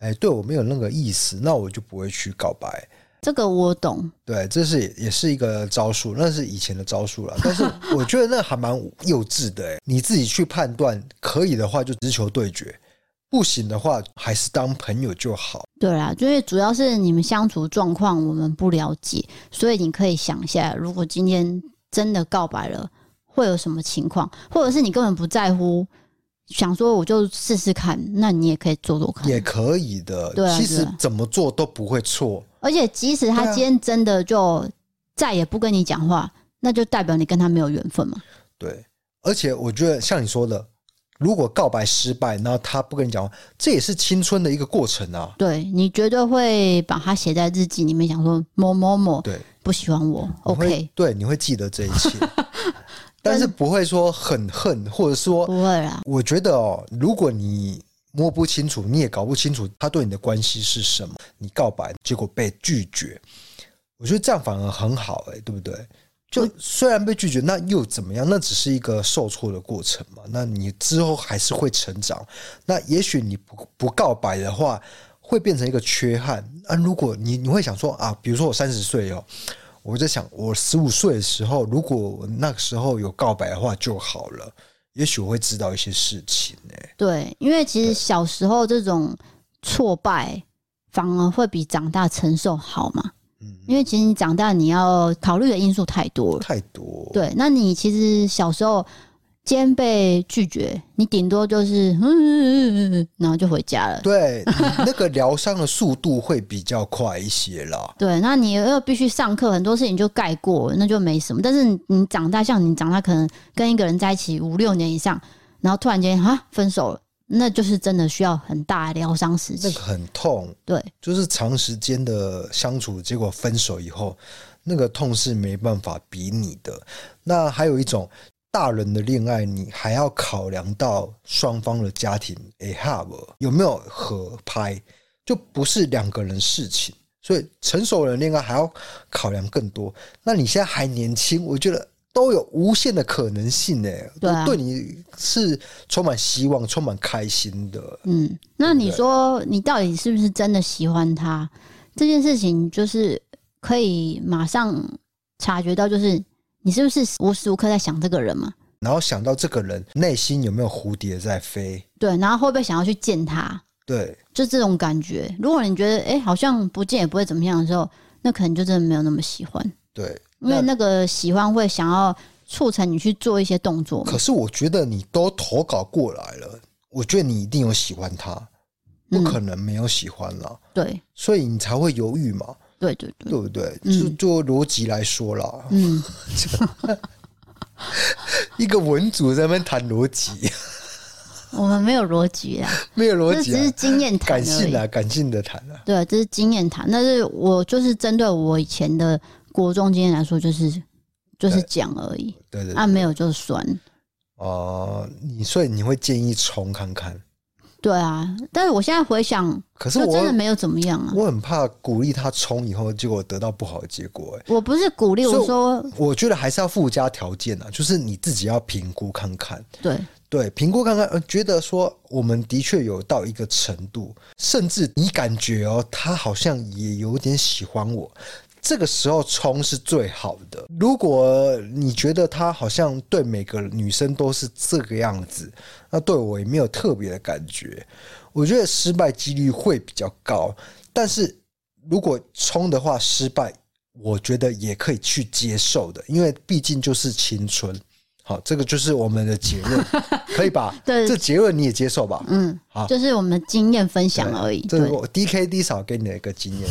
Speaker 2: 哎、对我没有那个意思，那我就不会去告白。
Speaker 1: 这个我懂，
Speaker 2: 对，这是也是一个招数，那是以前的招数了。但是我觉得那还蛮幼稚的、欸，你自己去判断，可以的话就直球对决，不行的话还是当朋友就好。
Speaker 1: 对啦，因为主要是你们相处状况我们不了解，所以你可以想一下，如果今天真的告白了，会有什么情况，或者是你根本不在乎，想说我就试试看，那你也可以做做看。
Speaker 2: 也可以的，
Speaker 1: 对啊
Speaker 2: 其
Speaker 1: 对
Speaker 2: 实
Speaker 1: 啊
Speaker 2: 怎么做都不会错。
Speaker 1: 而且即使他
Speaker 2: 对啊
Speaker 1: 今天真的就再也不跟你讲话，那就代表你跟他没有缘分嘛。
Speaker 2: 对，而且我觉得像你说的，如果告白失败，然后他不跟你讲话，这也是青春的一个过程啊。
Speaker 1: 对你绝对会把它写在日记里面，想说某某某
Speaker 2: 对，
Speaker 1: 不喜欢我
Speaker 2: 你会
Speaker 1: ，OK，
Speaker 2: 对，你会记得这一 切，但是不会说很恨，或者说
Speaker 1: 不会啦，
Speaker 2: 我觉得哦，如果你摸不清楚，你也搞不清楚他对你的关系是什么，你告白结果被拒绝，我觉得这样反而很好、哎，对不对？就虽然被拒绝，那又怎么样？那只是一个受挫的过程嘛。那你之后还是会成长。那也许你不不告白的话，会变成一个缺憾。啊，如果你你会想说啊，比如说我三十岁哦，我在想我十五岁的时候，如果我那个时候有告白的话就好了。也许我会知道一些事情欸呢、
Speaker 1: 对，因为其实小时候这种挫败反而会比长大承受好嘛。因为其实你长大你要考虑的因素太多了。
Speaker 2: 嗯太多。，
Speaker 1: 对，那你其实小时候今天被拒绝，你顶多就是嗯，然后就回家了。
Speaker 2: 对，你那个疗伤的速度会比较快一些啦。
Speaker 1: 对，那你又必须上课，很多事情就盖过，那就没什么。但是你你长大，像你长大，可能跟一个人在一起五六年以上，然后突然间啊分手了，那就是真的需要很大的疗伤时
Speaker 2: 那
Speaker 1: 期
Speaker 2: 个。很痛，
Speaker 1: 对，
Speaker 2: 就是长时间的相处，结果分手以后，那个痛是没办法比拟的。那还有一种大人的恋爱，你还要考量到双方的家庭，哎哈有没有合拍，就不是两个人事情。所以成熟人恋爱还要考量更多。那你现在还年轻，我觉得都有无限的可能性呢、
Speaker 1: 对啊
Speaker 2: 对你是充满希望、充满开心的。
Speaker 1: 嗯，那你说你到底是不是真的喜欢他？这件事情就是可以马上察觉到，就是你是不是无时无刻在想这个人嘛？
Speaker 2: 然后想到这个人内心有没有蝴蝶在飞？
Speaker 1: 对，然后会不会想要去见他？
Speaker 2: 对，
Speaker 1: 就这种感觉。如果你觉得哎、诶好像不见也不会怎么样的时候，那可能就真的没有那么喜欢，
Speaker 2: 对，
Speaker 1: 因为那个喜欢会想要促成你去做一些动作嘛
Speaker 2: 可。是我觉得你都投稿过来了，我觉得你一定有喜欢他，
Speaker 1: 嗯
Speaker 2: 不可能没有喜欢啦，
Speaker 1: 对
Speaker 2: 所以你才会犹豫嘛，
Speaker 1: 对对对，
Speaker 2: 对不对？
Speaker 1: 嗯
Speaker 2: 就就逻辑来说啦，
Speaker 1: 嗯，
Speaker 2: 一个文组在那边谈逻辑，
Speaker 1: 我们没有逻辑啦，
Speaker 2: 没有逻
Speaker 1: 这
Speaker 2: 辑、
Speaker 1: 只是
Speaker 2: 啊，
Speaker 1: 经验谈
Speaker 2: 感
Speaker 1: 而
Speaker 2: 性
Speaker 1: 已。
Speaker 2: 啊，感性的谈啊，
Speaker 1: 对，这是经验谈，但是我就是针对我以前的国中经验来说，就是就是讲而已，
Speaker 2: 对对对
Speaker 1: 啊，没有就算。
Speaker 2: 哦、你所以你会建议冲看看，
Speaker 1: 对啊，但是我现在回想，
Speaker 2: 可是
Speaker 1: 就真的
Speaker 2: 我
Speaker 1: 没有怎么样啊。
Speaker 2: 我很怕鼓励他冲以后，结果得到不好的结果、欸，
Speaker 1: 我不是鼓励
Speaker 2: 所以
Speaker 1: 我说，
Speaker 2: 我觉得还是要附加条件啊，就是你自己要评估看看，
Speaker 1: 对
Speaker 2: 对，评估看看，呃，觉得说我们的确有到一个程度，甚至你感觉哦，他好像也有点喜欢我，这个时候冲是最好的。如果你觉得他好像对每个女生都是这个样子，那对我也没有特别的感觉，我觉得失败几率会比较高。但是如果冲的话，失败我觉得也可以去接受的，因为毕竟就是青春。好，这个就是我们的结论，可以吧？
Speaker 1: 对
Speaker 2: 这结论你也接受吧？
Speaker 1: 嗯，
Speaker 2: 好
Speaker 1: 就是我们的经验分享而已。
Speaker 2: 这
Speaker 1: 对
Speaker 2: 是，我 D K D 嫂给你的一个 经验，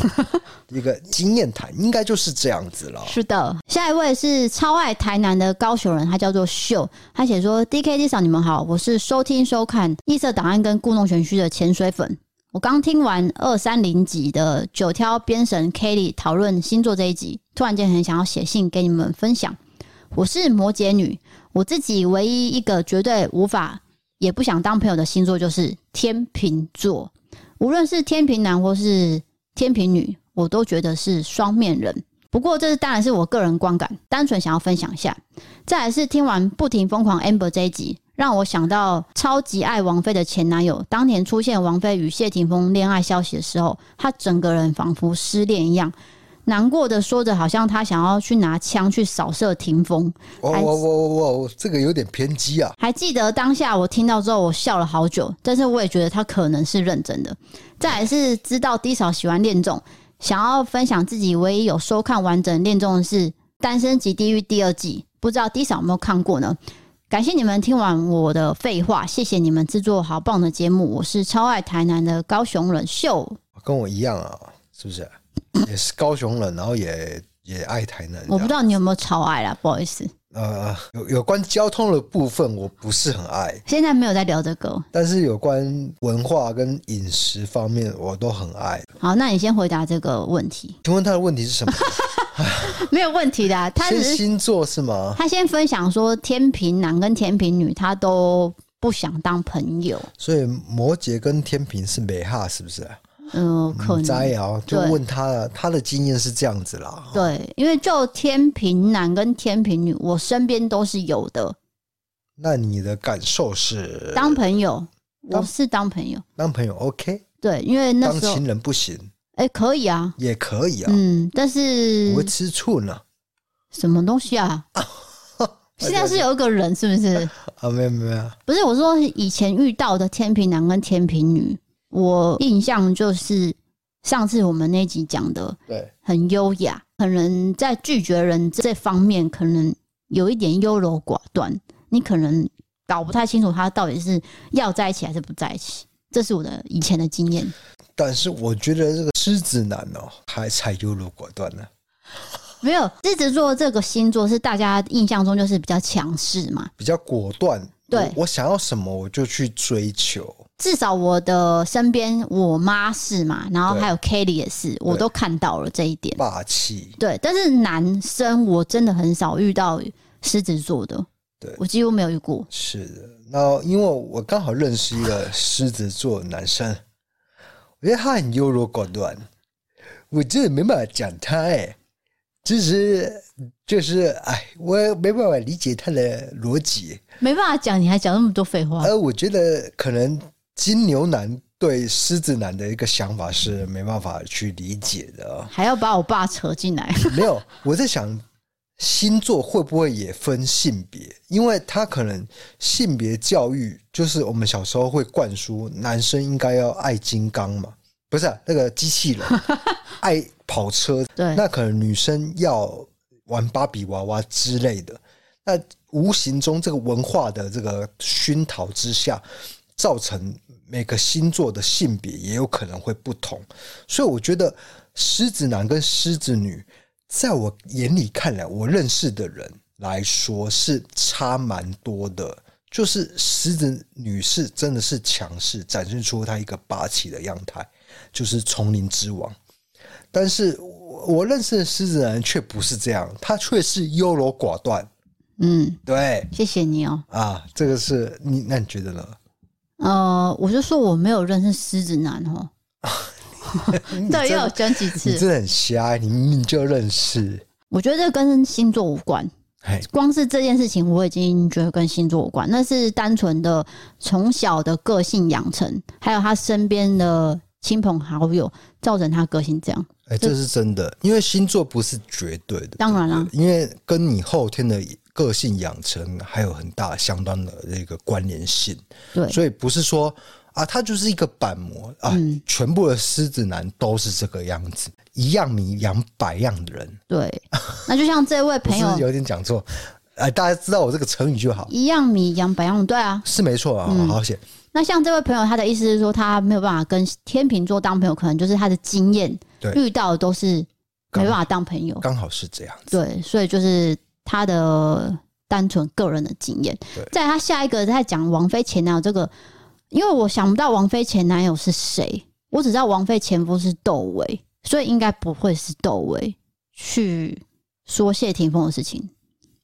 Speaker 2: 一个经验谈，应该就是这样子了。
Speaker 1: 是的。下一位是超爱台南的高雄人，他叫做秀，他写说：“D K D 嫂，你们好，我是收听收看异色档案跟故弄玄虚的潜水粉。我刚听完二三零集的九挑编神 Kelly 讨论星座这一集，突然间很想要写信给你们分享。我是摩羯女，我自己唯一一个绝对无法也不想当朋友的星座就是天秤座。无论是天秤男或是天秤女，我都觉得是双面人。不过这是当然是我个人观感，单纯想要分享一下。再来是听完不停疯狂 Amber 这一集，让我想到超级爱王菲的前男友，当年出现王菲与谢霆锋恋爱消息的时候，他整个人仿佛失恋一样。难过的说着，好像他想要去拿枪去扫射霆锋，
Speaker 2: 我我我我我，这个有点偏激啊！
Speaker 1: 还记得当下我听到之后，我笑了好久，但是我也觉得他可能是认真的。再来是知道低嫂喜欢恋综，想要分享自己唯一有收看完整恋综的是《单身级地狱》第二季，不知道低嫂有没有看过呢？感谢你们听完我的废话，谢谢你们制作好棒的节目，我是超爱台南的高雄人秀，
Speaker 2: 跟我一样啊，是 不是？也是高雄人，然后也也爱台南。
Speaker 1: 我不知
Speaker 2: 道。
Speaker 1: 道你有没有超爱啦，不好意思，
Speaker 2: 呃，有有关交通的部分，我不是很爱，
Speaker 1: 现在没有在聊这个。
Speaker 2: 但是有关文化跟饮食方面，我都很爱。
Speaker 1: 好，那你先回答这个问题，
Speaker 2: 请问他的问题是什么？
Speaker 1: 没有问题的啊、 他只
Speaker 2: 是
Speaker 1: 是
Speaker 2: 星座是吗？
Speaker 1: 他先分享说，天平男跟天平女他都不想当朋友，
Speaker 2: 所以摩羯跟天平是美哈，是不是？
Speaker 1: 嗯、可
Speaker 2: 摘
Speaker 1: 能
Speaker 2: 瑶就
Speaker 1: 对
Speaker 2: 问他了，他的经验是这样子啦。
Speaker 1: 对，因为就天平男跟天平女，我身边都是有的，
Speaker 2: 那你的感受是
Speaker 1: 当朋友，
Speaker 2: 当
Speaker 1: 我是当朋友，
Speaker 2: 当朋友 OK，
Speaker 1: 对，因为那
Speaker 2: 当
Speaker 1: 时候
Speaker 2: 情人不行
Speaker 1: 哎、可以啊，
Speaker 2: 也可以啊，
Speaker 1: 嗯，但
Speaker 2: 我
Speaker 1: 是
Speaker 2: 会吃醋呢。
Speaker 1: 什么东西啊？
Speaker 2: 哎
Speaker 1: 现在是有一个人是不是？
Speaker 2: 啊，没有没有没有，
Speaker 1: 不是，我说以前遇到的天平男跟天平女，我印象就是上次我们那集讲的，
Speaker 2: 对，
Speaker 1: 很优雅，可能在拒绝人这方面，可能有一点优柔寡断，你可能搞不太清楚他到底是要在一起还是不在一起。这是我的以前的经验，
Speaker 2: 但是我觉得这个狮子男哦，还才优柔寡断呢，
Speaker 1: 没有狮子座这个星座是大家印象中就是比较强势嘛，
Speaker 2: 比较果断。
Speaker 1: 对
Speaker 2: 我我想要什么我就去追求。
Speaker 1: 至少我的身边我妈是嘛，然后
Speaker 2: 对
Speaker 1: 还有 Kelly 也是，我都看到了这一点。
Speaker 2: 霸气，
Speaker 1: 对，但是男生我真的很少遇到狮子座的，
Speaker 2: 对
Speaker 1: 我几乎没有遇过。
Speaker 2: 是的。那因为我刚好认识一个狮子座的男生，我觉得他很优柔寡断，我真的没办法讲他哎、其实就是哎，我没办法理解他的逻辑，
Speaker 1: 没办法讲，你还讲那么多废话。
Speaker 2: 而我觉得可能金牛男对狮子男的一个想法是没办法去理解的哦。
Speaker 1: 还要把我爸扯进 来。
Speaker 2: 没有，我在想星座会不会也分性别？因为他可能性别教育就是我们小时候会灌输男生应该要爱金刚嘛，不是啊、那个机器人爱跑车，
Speaker 1: 对，
Speaker 2: 那可能女生要玩芭比娃娃之类的。那无形中这个文化的这个熏陶之下，造成每个星座的性别也有可能会不同。所以我觉得狮子男跟狮子女，在我眼里看来，我认识的人来说是差蛮多的。就是狮子女是真的是强势，展现出她一个霸气的样态，就是丛林之王。但是我我认识的狮子男却不是这样，他却是优柔寡断。
Speaker 1: 嗯，
Speaker 2: 对
Speaker 1: 谢谢你哦。
Speaker 2: 啊，这个是你，那你觉得呢？
Speaker 1: 呃，我就说我没有认识狮子男哦。对，又有讲几
Speaker 2: 你
Speaker 1: 次。
Speaker 2: 真的很瞎，你明明就认识。
Speaker 1: 我觉得这跟星座无关，
Speaker 2: 嘿，
Speaker 1: 光是这件事情我已经觉得跟星座无关，那是单纯的从小的个性养成，还有他身边的亲朋好友造成他个性这样。
Speaker 2: 哎、这是真的，因为星座不是绝对的，
Speaker 1: 当然啦
Speaker 2: 对不对因为跟你后天的个性养成还有很大相当的这个关联性，
Speaker 1: 对，
Speaker 2: 所以不是说啊，它就是一个板模啊，
Speaker 1: 嗯
Speaker 2: 全部的狮子男都是这个样子，一样米养百样的人，
Speaker 1: 对。那就像这位
Speaker 2: 不
Speaker 1: 朋
Speaker 2: 是
Speaker 1: 友，
Speaker 2: 有点讲错，哎，大家知道我这个成语就好，
Speaker 1: 一样米养百样，对啊。
Speaker 2: 是没错啊，
Speaker 1: 嗯
Speaker 2: 好好写。
Speaker 1: 那像这位朋友，他的意思是说，他没有办法跟天秤座当朋友，可能就是他的经验
Speaker 2: 对
Speaker 1: 遇到的都是没
Speaker 2: 刚
Speaker 1: 办法当朋友。
Speaker 2: 刚好是这样子。
Speaker 1: 对，所以就是他的单纯个人的经验
Speaker 2: 对。
Speaker 1: 再来他下一个在讲王菲前男友这个，因为我想不到王菲前男友是谁，我只知道王菲前夫是窦唯，所以应该不会是窦唯去说谢霆锋的事情。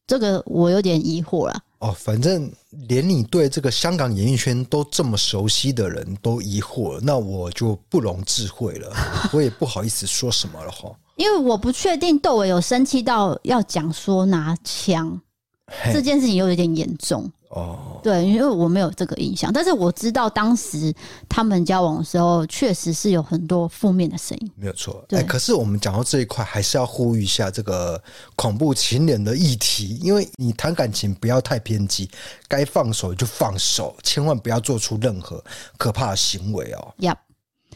Speaker 1: 这个我有点疑惑啦。
Speaker 2: 哦，反正连你对这个香港演艺圈都这么熟悉的人都疑惑了，那我就不容智慧了， 我也不好意思说什么了哈。
Speaker 1: 因为我不确定窦唯有生气到要讲说拿枪
Speaker 2: 嘿
Speaker 1: 这件事情，有点严重。
Speaker 2: 哦，
Speaker 1: 对，因为我没有这个印象，但是我知道当时他们交往的时候，确实是有很多负面的声音。
Speaker 2: 没有错。
Speaker 1: 对
Speaker 2: 哎，可是我们讲到这一块，还是要呼吁一下这个恐怖情人的议题，因为你谈感情不要太偏激，该放手就放手，千万不要做出任何可怕的行为哦。
Speaker 1: Yep，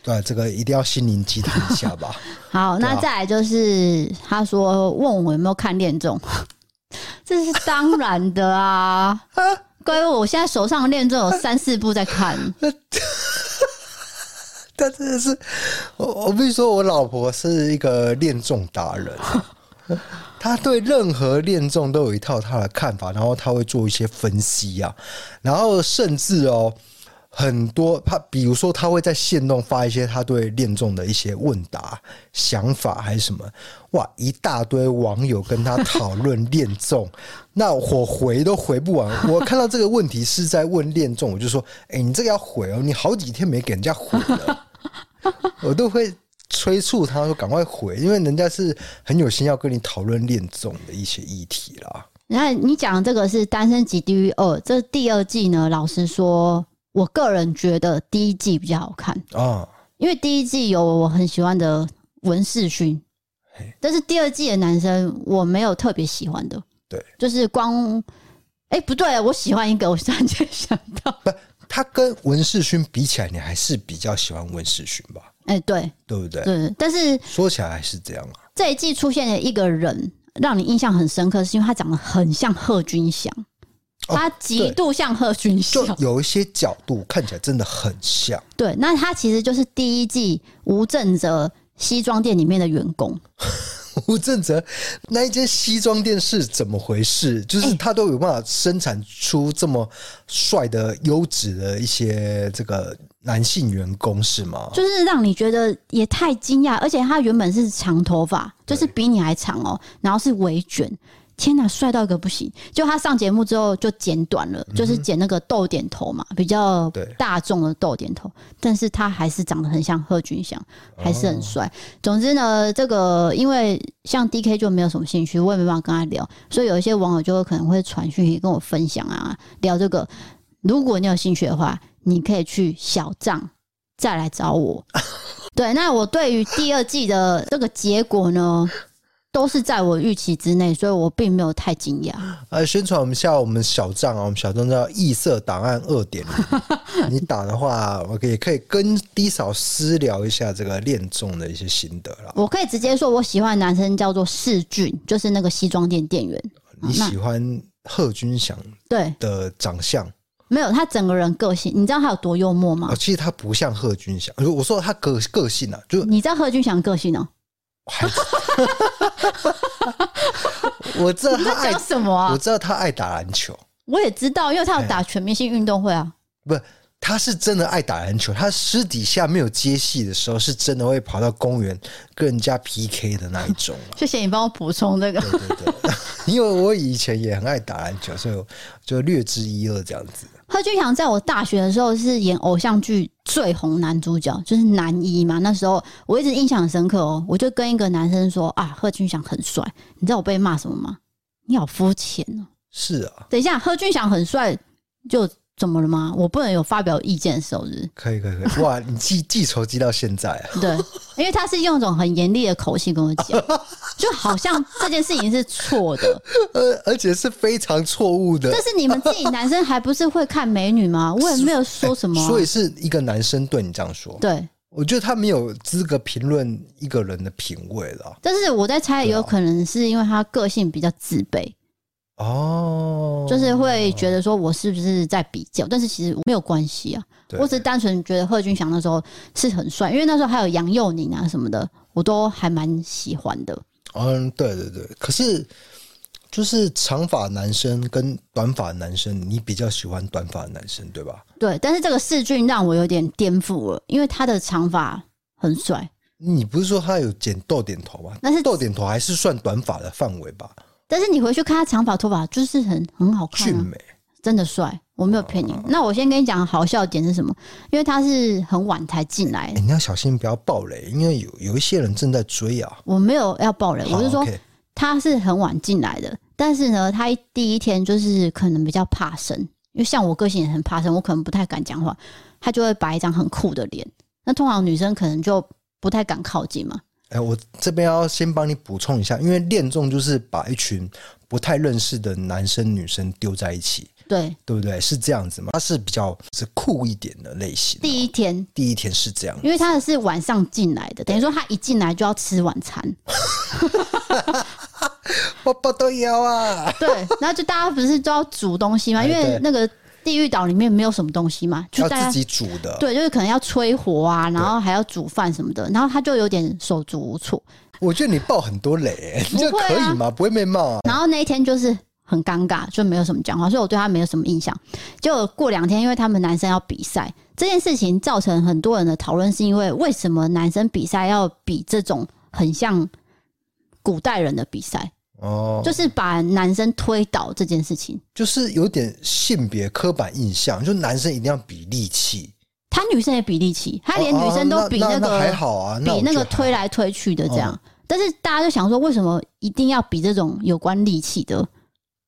Speaker 2: 对，这个一定要心灵鸡汤一下吧。
Speaker 1: 好，那
Speaker 2: 对啊
Speaker 1: 再来就是他说问我有没有看恋综， 这是当然的 啊。各位，我现在手上的恋综有三四部在看，
Speaker 2: 但真的是，我我必须说，我老婆是一个恋综达人，啊她对任何恋综都有一套她的看法，然后她会做一些分析啊，然后甚至哦，很多她比如说她会在线动发一些她对恋综的一些问答、想法还是什么，哇，一大堆网友跟她讨论恋综，那我回都回不完。我看到这个问题是在问恋综，我就说，哎、你这个要回哦，你好几天没给人家回了。我都会催促他说赶快回，因为人家是很有心要跟你讨论恋综的一些议题啦。
Speaker 1: 然后你讲的这个是《单身级地狱二》，这第二季呢，老实说，我个人觉得第一季比较好看。
Speaker 2: 啊，
Speaker 1: 因为第一季有我很喜欢的文世勋
Speaker 2: 嘿，
Speaker 1: 但是第二季的男生我没有特别喜欢的，
Speaker 2: 对，
Speaker 1: 就是光，哎、不对，我喜欢一个，我突然间想到，
Speaker 2: 他跟文世勋比起来，你还是比较喜欢文世勋吧？
Speaker 1: 哎、对
Speaker 2: 对不对？
Speaker 1: 对，但是
Speaker 2: 说起来还是这样啊。
Speaker 1: 这一季出现的一个人让你印象很深刻，是因为他长得很像贺军翔，
Speaker 2: 哦
Speaker 1: 他极度像贺军
Speaker 2: 就
Speaker 1: 翔，
Speaker 2: 有一些角度看起来真的很像，
Speaker 1: 对，那他其实就是第一季吴正哲西装店里面的员工，
Speaker 2: 吴正哲那一间西装店是怎么回事？就是他都有办法生产出这么帅的、优质的一些这个男性员工是吗？
Speaker 1: 就是让你觉得也太惊讶，而且他原本是长头发，就是比你还长哦，然后是微卷，天哪，帅到一个不行！就他上节目之后就剪短了，就是剪那个豆点头嘛，比较
Speaker 2: 对
Speaker 1: 大众的豆点头，但是他还是长得很像贺军翔，还是很帅。总之呢，这个因为像 D K 就没有什么兴趣，我也没办法跟他聊，所以有一些网友就会可能会传讯息跟我分享啊，聊这个。如果你有兴趣的话，你可以去小账再来找我。对，那我对于第二季的这个结果呢，都是在我预期之内，所以我并没有太惊讶。
Speaker 2: 呃，宣传我们下我们小账啊，我们小账叫“异色档案二点 零”，你打的话，我可以可以跟低嫂私聊一下这个恋综的一些心得啦。
Speaker 1: 我可以直接说，我喜欢的男生叫做世俊，就是那个西装店店员。
Speaker 2: 你喜欢贺军翔
Speaker 1: 对，
Speaker 2: 的长相？
Speaker 1: 没有他整个人个性，你知道他有多幽默吗
Speaker 2: 哦，？其实他不像贺军翔，呃我说他个个性啊，就是
Speaker 1: 你知道何俊翔个性哦、
Speaker 2: 还我知道
Speaker 1: 你
Speaker 2: 他
Speaker 1: 在讲
Speaker 2: 爱，
Speaker 1: 什么啊
Speaker 2: 我？知道他爱打篮球，
Speaker 1: 我也知道，因为他有打全明星运动会啊。
Speaker 2: 不，他是真的爱打篮球。他私底下没有接戏的时候，是真的会跑到公园跟人家 PK 的那一种啊。
Speaker 1: 谢谢你帮我补充这个。
Speaker 2: 对对对， 因为我以前也很爱打篮球，所以我就略知一二这样子。
Speaker 1: 贺军翔在我大学的时候是演偶像剧最红男主角，就是男一嘛。那时候我一直印象很深刻哦，我就跟一个男生说啊，贺军翔很帅。你知道我被骂什么吗？你好肤浅哦！
Speaker 2: 是啊，
Speaker 1: 等一下，贺军翔很帅，就怎么了吗？我不能有发表意见的时候，是不是
Speaker 2: 可以可以 可以，哇，你记记仇记到现在啊，
Speaker 1: 对，因为他是用一种很严厉的口气跟我讲，就好像这件事情是错 的。
Speaker 2: 而而且是非常错误的
Speaker 1: 但。是你们自己男生还不是会看美女 吗？我也没有说什么啊、
Speaker 2: 所以是一个男生对你这样说，
Speaker 1: 对，
Speaker 2: 我觉得他没有资格评论一个人的品味了。
Speaker 1: 但是我在猜，有可能是因为他个性比较自卑，
Speaker 2: 哦，
Speaker 1: 就是会觉得说我是不是在比较，但是其实没有关系啊，
Speaker 2: 对
Speaker 1: 我只是单纯觉得贺军翔那时候是很帅，因为那时候还有杨佑宁啊什么的，我都还蛮喜欢的。
Speaker 2: 嗯，对对对。可是就是长发男生跟短发男生，你比较喜欢短发男生对吧？
Speaker 1: 对，但是这个世俊让我有点颠覆了，因为他的长发很帅，
Speaker 2: 你不是说他有剪豆点头吗？
Speaker 1: 那是
Speaker 2: 豆点头还是算短发的范围吧？
Speaker 1: 但是你回去看他长发头发就是很很好看、
Speaker 2: 俊哦
Speaker 1: 啊，
Speaker 2: 美
Speaker 1: 真的帅，我没有骗你。那我先跟你讲好笑的点是什么，因为他是很晚才进来
Speaker 2: 欸，你要小心不要爆雷，因为有有一些人正在追啊。
Speaker 1: 我没有要爆雷，
Speaker 2: 好
Speaker 1: 我是说
Speaker 2: OK
Speaker 1: 他是很晚进来的，但是呢，他第一天就是可能比较怕生，因为像我个性也很怕生，我可能不太敢讲话，他就会摆一张很酷的脸。那通常女生可能就不太敢靠近嘛。
Speaker 2: 哎、我这边要先帮你补充一下，因为恋综就是把一群不太认识的男生女生丢在一起，
Speaker 1: 对，
Speaker 2: 对不对？是这样子吗？它是比较是酷一点的类型。
Speaker 1: 第一天，
Speaker 2: 第一天是这样，
Speaker 1: 因为他是晚上进来的，等于说他一进来就要吃晚餐。
Speaker 2: 我不都要啊。
Speaker 1: 对， 然后就大家不是都要煮东西嘛，
Speaker 2: 哎
Speaker 1: 因为
Speaker 2: 对
Speaker 1: 那个地狱岛里面没有什么东西嘛，就
Speaker 2: 要
Speaker 1: 大家
Speaker 2: 自己煮的。，
Speaker 1: 对，就是可能要吹火啊，然后还要煮饭什么的，然后他就有点手足无措。
Speaker 2: 我觉得你爆很多雷、欸，你这
Speaker 1: 不会啊
Speaker 2: 可以吗？不会被骂啊？
Speaker 1: 然后那一天就是很尴尬，就没有什么讲话，所以我对他没有什么印象。结果过两天，因为他们男生要比赛这件事情，造成很多人的讨论，是因为为什么男生比赛要比这种很像古代人的比赛，
Speaker 2: 哦，就
Speaker 1: 就是把男生推倒这件事情。
Speaker 2: 就是有点性别刻板印象，就男生一定要比力气，
Speaker 1: 他女生也比力气，他连女生都比
Speaker 2: 哦哦
Speaker 1: 个、
Speaker 2: 那那还好啊，
Speaker 1: 比那
Speaker 2: 我觉
Speaker 1: 个
Speaker 2: 得
Speaker 1: 推
Speaker 2: 还好
Speaker 1: 来推去的这样。哦但是大家就想说，为什么一定要比这种有关力气的，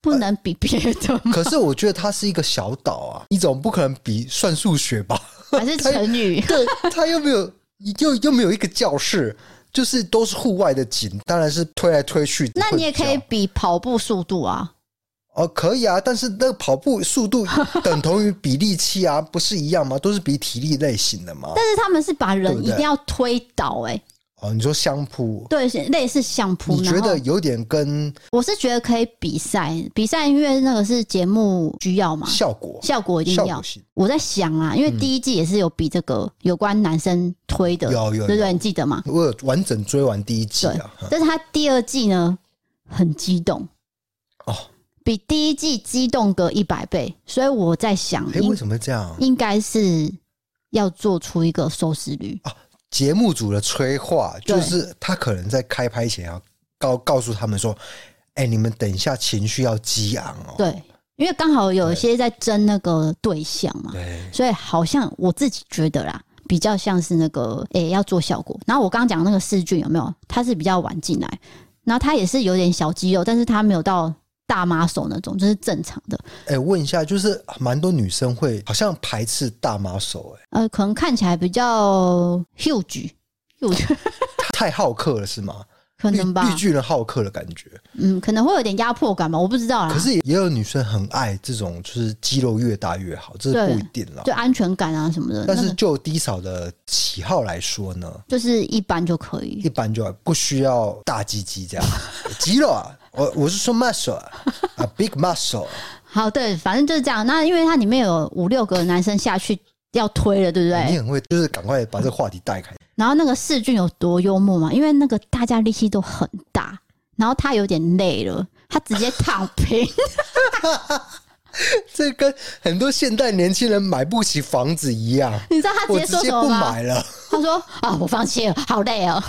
Speaker 1: 不能比别的 吗？
Speaker 2: 可是我觉得它是一个小岛啊，你总不可能比算数学吧？
Speaker 1: 还是成语？
Speaker 2: 对，它又没有又又没有一个教室，就是都是户外的景，当然是推来推去。
Speaker 1: 那你也可以
Speaker 2: 会比较
Speaker 1: 比跑步速度啊，
Speaker 2: 哦，可以啊，但是那个跑步速度等同于比力气 啊，不是一样吗？都是比体力类型的嘛。
Speaker 1: 但是他们是把人
Speaker 2: 对不
Speaker 1: 一
Speaker 2: 对
Speaker 1: 定要推倒、欸，哎，
Speaker 2: 哦，你说相扑，
Speaker 1: 对，是类似相扑。
Speaker 2: 你觉
Speaker 1: 然后
Speaker 2: 得有点跟
Speaker 1: 我是觉得可以比赛，比赛因为那个是节目需要嘛，
Speaker 2: 效果
Speaker 1: 效果一定
Speaker 2: 效
Speaker 1: 要
Speaker 2: 果。性？嗯
Speaker 1: 我在想啊，因为第一季也是有比这个有关男生推的，
Speaker 2: 有有
Speaker 1: 对不
Speaker 2: 有
Speaker 1: 对？你记得吗？
Speaker 2: 我有完整追完第一季
Speaker 1: 对
Speaker 2: 啊，嗯，
Speaker 1: 但是他第二季呢，很激动
Speaker 2: 哦，
Speaker 1: 比第一季激动个一百倍，所以我在想，
Speaker 2: 哎，
Speaker 1: 应
Speaker 2: 为什么会这样？
Speaker 1: 应该是要做出一个收视率。
Speaker 2: 哦节目组的催化，
Speaker 1: 对
Speaker 2: 就是他可能在开拍前要告告诉他们说：“哎、你们等一下情绪要激昂哦。
Speaker 1: 对，因为刚好有一些在争那个对象嘛，
Speaker 2: 对
Speaker 1: 所以好像我自己觉得啦，比较像是那个诶、要做效果。然后我刚刚讲那个世俊有没有？他是比较晚进来，然后他也是有点小肌肉，但是他没有到大妈手那种，就是正常的。
Speaker 2: 哎、问一下，就是蛮多女生会好像排斥大妈手、哎，
Speaker 1: 呃，可能看起来比较 huge huge，
Speaker 2: 太好客了是吗？
Speaker 1: 可
Speaker 2: 绿
Speaker 1: 能吧
Speaker 2: 绿，巨人好客的感觉。
Speaker 1: 嗯，可能会有点压迫感吧，我不知道啦
Speaker 2: 可。是也有女生很爱这种，就是肌肉越大越好，这是
Speaker 1: 对
Speaker 2: 不一定啦
Speaker 1: 就。安全感啊什么的，
Speaker 2: 但
Speaker 1: 那
Speaker 2: 是
Speaker 1: 个
Speaker 2: 就低嫂的喜好来说呢，
Speaker 1: 就是一般就可以
Speaker 2: 一。般就不需要大鸡鸡这样 肌肉啊。我我是说 muscle 啊啊，big muscle 啊。
Speaker 1: 好，对，反正就是这样。那因为它里面有五六个男生下去要推了，对不
Speaker 2: 你
Speaker 1: 对？
Speaker 2: 很会，就是赶快把这个话题 带开。
Speaker 1: 然后那个世俊有多幽默嘛？因为那个大家力气都很大，然后他有点累了，他直接躺平。
Speaker 2: 这跟很多现代年轻人买不起房子一样，
Speaker 1: 你知道他直
Speaker 2: 我
Speaker 1: 接
Speaker 2: 直
Speaker 1: 说
Speaker 2: 接
Speaker 1: 什么
Speaker 2: 不
Speaker 1: 吗？
Speaker 2: 买了。
Speaker 1: 他说：“啊，我放弃了，好累 哦。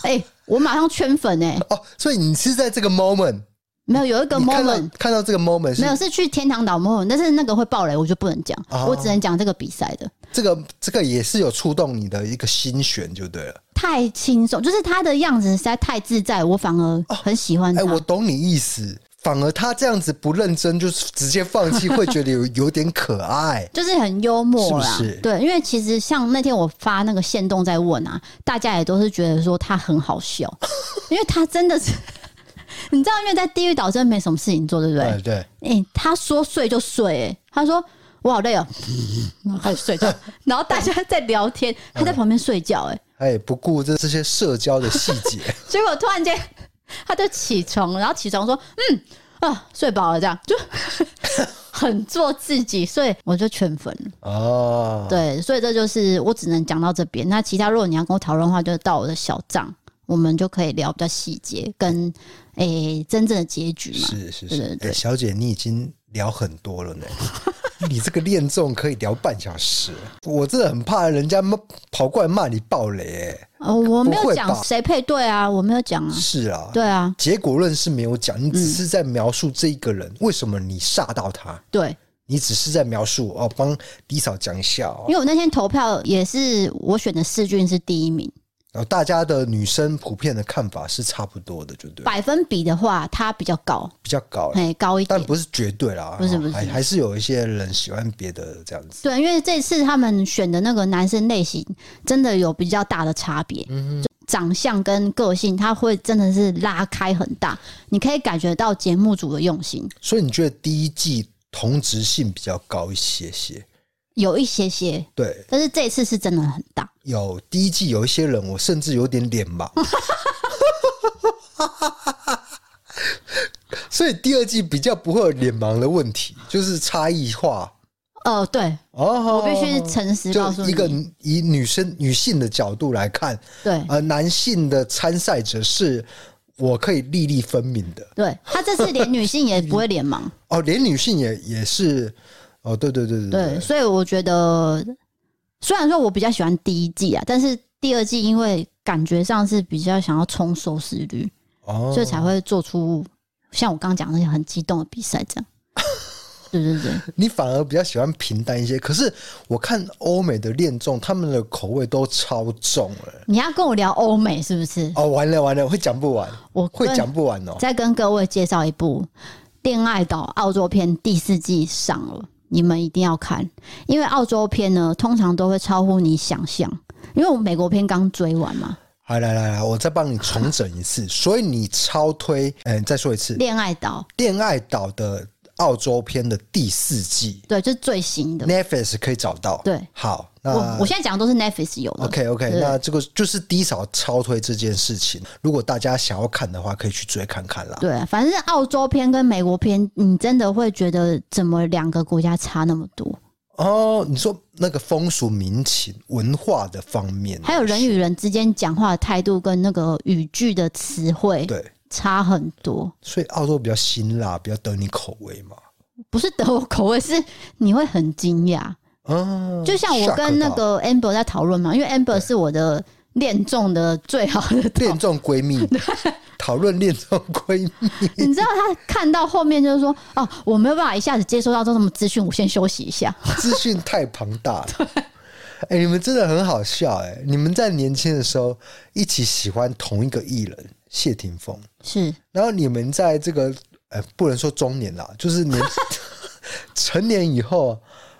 Speaker 1: 哎、我马上圈粉哎、
Speaker 2: 哦，所以你是在这个 moment，
Speaker 1: 没有有一个
Speaker 2: 你看到
Speaker 1: moment
Speaker 2: 看到这个 moment
Speaker 1: 没有
Speaker 2: 是
Speaker 1: 是去天堂岛 moment，但是那个会爆雷，我就不能讲，
Speaker 2: 哦
Speaker 1: 我只能讲这个比赛的。
Speaker 2: 这个这个也是有触动你的一个心弦，就对了。
Speaker 1: 太轻松，就是他的样子实在太自在，我反而很喜欢
Speaker 2: 哎、
Speaker 1: 他。
Speaker 2: 我懂你意思。反而他这样子不认真，就是直接放弃，会觉得有 有点可爱。
Speaker 1: 就是很幽默啦，
Speaker 2: 是不是
Speaker 1: 对，因为其实像那天我发那个线动在问啊，大家也都是觉得说他很好 笑，因为他真的是， 你知道，因为在地狱岛真的没什么事情做，对不对？
Speaker 2: 哎
Speaker 1: 哎、
Speaker 2: 对，
Speaker 1: 他说睡就睡、哎，他说我好累哦、然后他就 睡觉，然后大家在聊天，
Speaker 2: 嗯
Speaker 1: 他在旁边睡觉、哎，
Speaker 2: 他也不顾这这些社交的细节。
Speaker 1: 结果突然间他就起床，然后起床说：“嗯啊，睡饱了。”这样就 很做自己，所以我就圈粉了。
Speaker 2: 哦，，
Speaker 1: 对，所以这就是我只能讲到这边。那其他如果你要跟我讨论的话，就到我的小账，我们就可以聊比较细节跟诶、真正的结局嘛。
Speaker 2: 是是
Speaker 1: 对
Speaker 2: 是，
Speaker 1: 对
Speaker 2: 哎
Speaker 1: 对
Speaker 2: 小姐，你已经聊很多了呢。 你这个恋综可以聊半小时，我真的很怕人家骂跑过来骂你暴雷、哎
Speaker 1: 呃，我没
Speaker 2: 不
Speaker 1: 有
Speaker 2: 会
Speaker 1: 讲
Speaker 2: 吧
Speaker 1: 谁配对啊，我没有讲啊，
Speaker 2: 是啊，
Speaker 1: 对啊，嗯
Speaker 2: 结果论是没有讲，你只是在描述这一个人、为什么你煞到他，
Speaker 1: 对，
Speaker 2: 你只是在描述哦，帮李嫂讲一下哦
Speaker 1: 因，为我那天投票也是我选的世俊是第一名，
Speaker 2: 然后哦大家的女生普遍的看法是差不多的，就对了，
Speaker 1: 百分比的话他比较高，
Speaker 2: 比较高了，
Speaker 1: 嘿，高一
Speaker 2: 但
Speaker 1: 点。
Speaker 2: 不是绝对啦，
Speaker 1: 不是
Speaker 2: 哦
Speaker 1: 不是
Speaker 2: 还还是有一些人喜欢别的这样子。
Speaker 1: 对，因为这次他们选的那个男生类型真的有比较大的差别，
Speaker 2: 嗯
Speaker 1: 就长相跟个性，他会真的是拉开很大，你可以感觉到节目组的用心，
Speaker 2: 所以你觉得第一季同质性比较高一些些？
Speaker 1: 有一些些，
Speaker 2: 对，
Speaker 1: 但是这次是真的很大。
Speaker 2: 有第一季有一些人，我甚至有点脸盲。 所以第二季比较不会有脸盲的问题，就是差异化
Speaker 1: 呃，对
Speaker 2: 哦。
Speaker 1: 我必须诚实告诉
Speaker 2: 就
Speaker 1: 你，
Speaker 2: 一个以女生女性的角度来看，
Speaker 1: 对
Speaker 2: 呃，男性的参赛者是我可以粒粒分明的
Speaker 1: 对，他这次连女性也不会脸盲，
Speaker 2: 哦，连女性也也是哦，对对对 对
Speaker 1: 对，所以我觉得虽然说我比较喜欢第一季啊，但是第二季因为感觉上是比较想要冲收视率，
Speaker 2: 哦，
Speaker 1: 所以才会做出像我刚刚讲的那些很激动的比赛这样。对对对，
Speaker 2: 你反而比较喜欢平淡一些。可是我看欧美的恋综，他们的口味都超重了。
Speaker 1: 你要跟我聊欧美是不是？
Speaker 2: 哦，完了完了，会讲不完，
Speaker 1: 我
Speaker 2: 会
Speaker 1: 跟
Speaker 2: 讲不完哦。
Speaker 1: 再跟各位介绍一部《恋爱岛澳洲篇》第四季上了，你们一定要看，因为澳洲篇呢通常都会超乎你想象，因为我美国篇刚追完嘛，
Speaker 2: 好，来来来，我再帮你重整一次。所以你超推，嗯、再说一次，
Speaker 1: 《
Speaker 2: 《
Speaker 1: 恋爱岛
Speaker 2: 恋爱岛》的澳洲篇的第四季》
Speaker 1: 对，就是最新的。
Speaker 2: ，Netflix 可以找到。
Speaker 1: 对，
Speaker 2: 好，那
Speaker 1: 我我现在讲的都是 Netflix 有的
Speaker 2: 呃 OK OK，
Speaker 1: 对
Speaker 2: 那这个就是低嫂超推这件事情。如果大家想要看的话，可以去追看看啦。
Speaker 1: 对，反正澳洲篇跟美国篇，你真的会觉得怎么两个国家差那么多？
Speaker 2: 哦，你说那个风俗民情、文化的方面，
Speaker 1: 还有人与人之间讲话的态度跟那个语句的词汇
Speaker 2: 对，
Speaker 1: 差很多，
Speaker 2: 所以澳洲比较辛辣，比较得你口味嘛。
Speaker 1: 不是德国口味，是你会很惊讶。
Speaker 2: 嗯，
Speaker 1: 就像我
Speaker 2: shock
Speaker 1: 跟那
Speaker 2: 到
Speaker 1: 个 Amber 在讨论嘛，因为 Amber 是我的恋综的最好的导
Speaker 2: 恋综闺
Speaker 1: 哦
Speaker 2: 蜜讨论恋综闺蜜，
Speaker 1: 你知道他看到后面就是说，哦，我没有办法一下子接收到这么资讯，我先休息一 下。
Speaker 2: 资讯太庞大了。哎、你们真的很好笑哎、你们在年轻的时候一起喜欢同一个艺人谢霆锋，
Speaker 1: 是
Speaker 2: 然后你们在这个呃不能说中年啦，就 是年成年以后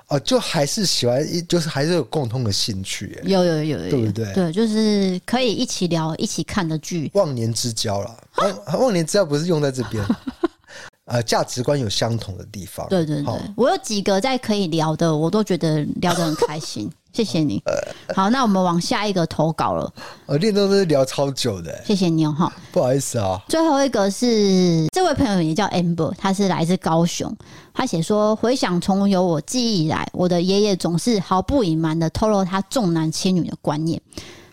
Speaker 2: 啊、呃就还是喜欢一，就是还是有共同的兴趣、哎
Speaker 1: 有有有有有，
Speaker 2: 对不对
Speaker 1: 对，就是可以一起聊、一起看的剧，
Speaker 2: 忘年之交啦，忘忘年之交不是用在这 边，呃，价值观有相同的地方。
Speaker 1: 对对对
Speaker 2: 好，
Speaker 1: 我有几个在可以聊的，我都觉得聊得很开心。 谢谢你。好，那我们往下一个投稿了，
Speaker 2: 呃，恋综都是聊超久的、哎
Speaker 1: 谢谢你哦。哈，
Speaker 2: 不好意思啊。
Speaker 1: 最后一个是这位朋友也叫 Amber，他是来自高雄，他写说回想从有我记忆以来，我的爷爷总是毫不隐瞒的透露他重男轻女的观念。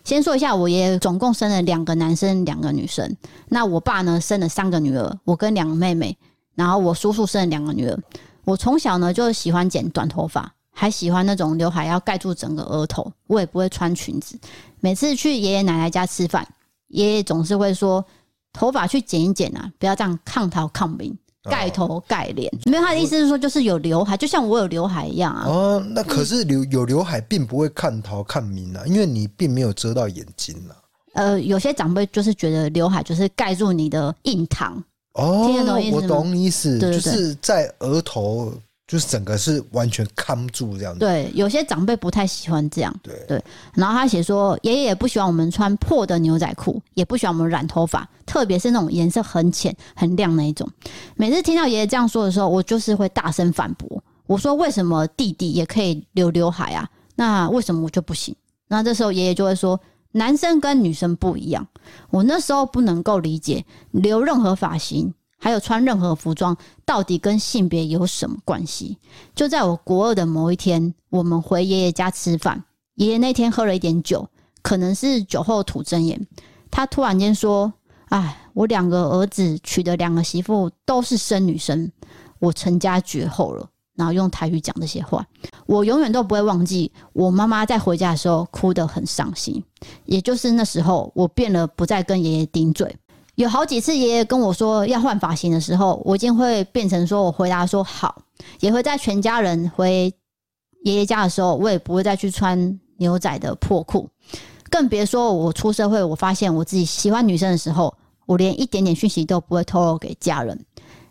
Speaker 1: 先说一下，我爷爷总共生了两个男生，两个女生。那我爸呢，生了三个女儿，我跟两个妹妹，然后我叔叔生了两个女儿。我从小呢就喜欢剪短头发，还喜欢那种刘海要盖住整个额头，我也不会穿裙子。每次去爷爷奶奶家吃饭，爷爷总是会说头发去剪一剪啊，不要这样抗头抗命，盖头盖脸。没有他的意思是说，就是有刘海，就像我有刘海一样啊。
Speaker 2: 哦，那可是留有刘海并不会看头看明啊，因为你并没有遮到眼睛啊。
Speaker 1: 呃，有些长辈就是觉得刘海就是盖住你的印堂，
Speaker 2: 哦，
Speaker 1: 听得懂意思吗
Speaker 2: 我懂你意思，
Speaker 1: 对对
Speaker 2: 就
Speaker 1: 对
Speaker 2: 是在额头，就是整个是完全看不住这样子。
Speaker 1: 对，有些长辈不太喜欢这样。
Speaker 2: 对
Speaker 1: 然后他写说，爷爷也不喜欢我们穿破的牛仔裤，也不喜欢我们染头发，特别是那种颜色很浅、很亮那一种。每次听到爷爷这样说的时候，我就是会大声反驳，我说为什么弟弟也可以留刘海啊？那为什么我就不行？那这时候爷爷就会说，男生跟女生不一样。我那时候不能够理解留任何发型，还有穿任何服装，到底跟性别有什么关系？就在我国二的某一天，我们回爷爷家吃饭，爷爷那天喝了一点酒，可能是酒后吐真言，他突然间说：“哎，我两个儿子娶的两个媳妇都是生女生，我成家绝后了。”然后用台语讲这些话，我永远都不会忘记我妈妈在回家的时候哭得很伤心。也就是那时候，我变了，不再跟爷爷顶嘴。有好几次爷爷跟我说要换发型的时候，我一定会变成说我回答说好，也会在全家人回爷爷家的时候，我也不会再去穿牛仔的破裤，更别说我出社会，我发现我自己喜欢女生的时候，我连一点点讯息都不会透露给家人。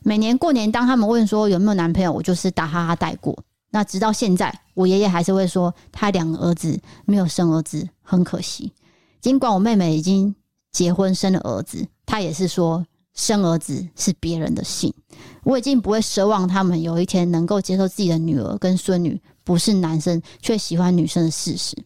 Speaker 1: 每年过年，当他们问说有没有男朋友，我就是打哈哈带过。那直到现在，我爷爷还是会说他两个儿子没有生儿子，很可惜。尽管我妹妹已经结婚生了儿子，他也是说生儿子是别人的姓。我已经不会奢望他们有一天能够接受自己的女儿跟孙女不是男生却喜欢女生的事实。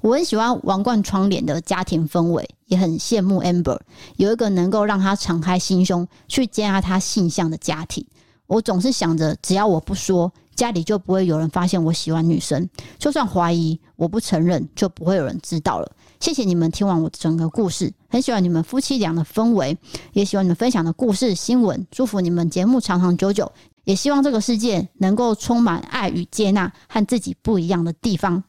Speaker 1: 我很喜欢王冠窗帘的家庭氛围，也很羡慕 Amber 有一个能够让她敞开心胸去接纳她性向的家庭。我总是想着，只要我不说，家里就不会有人发现我喜欢女生；就算怀疑，我不承认，就不会有人知道了。谢谢你们听完我整个故事，很喜欢你们夫妻俩的氛围，也喜欢你们分享的故事、新闻。祝福你们节目长长久久，也希望这个世界能够充满爱与接纳和自己不一样的地方。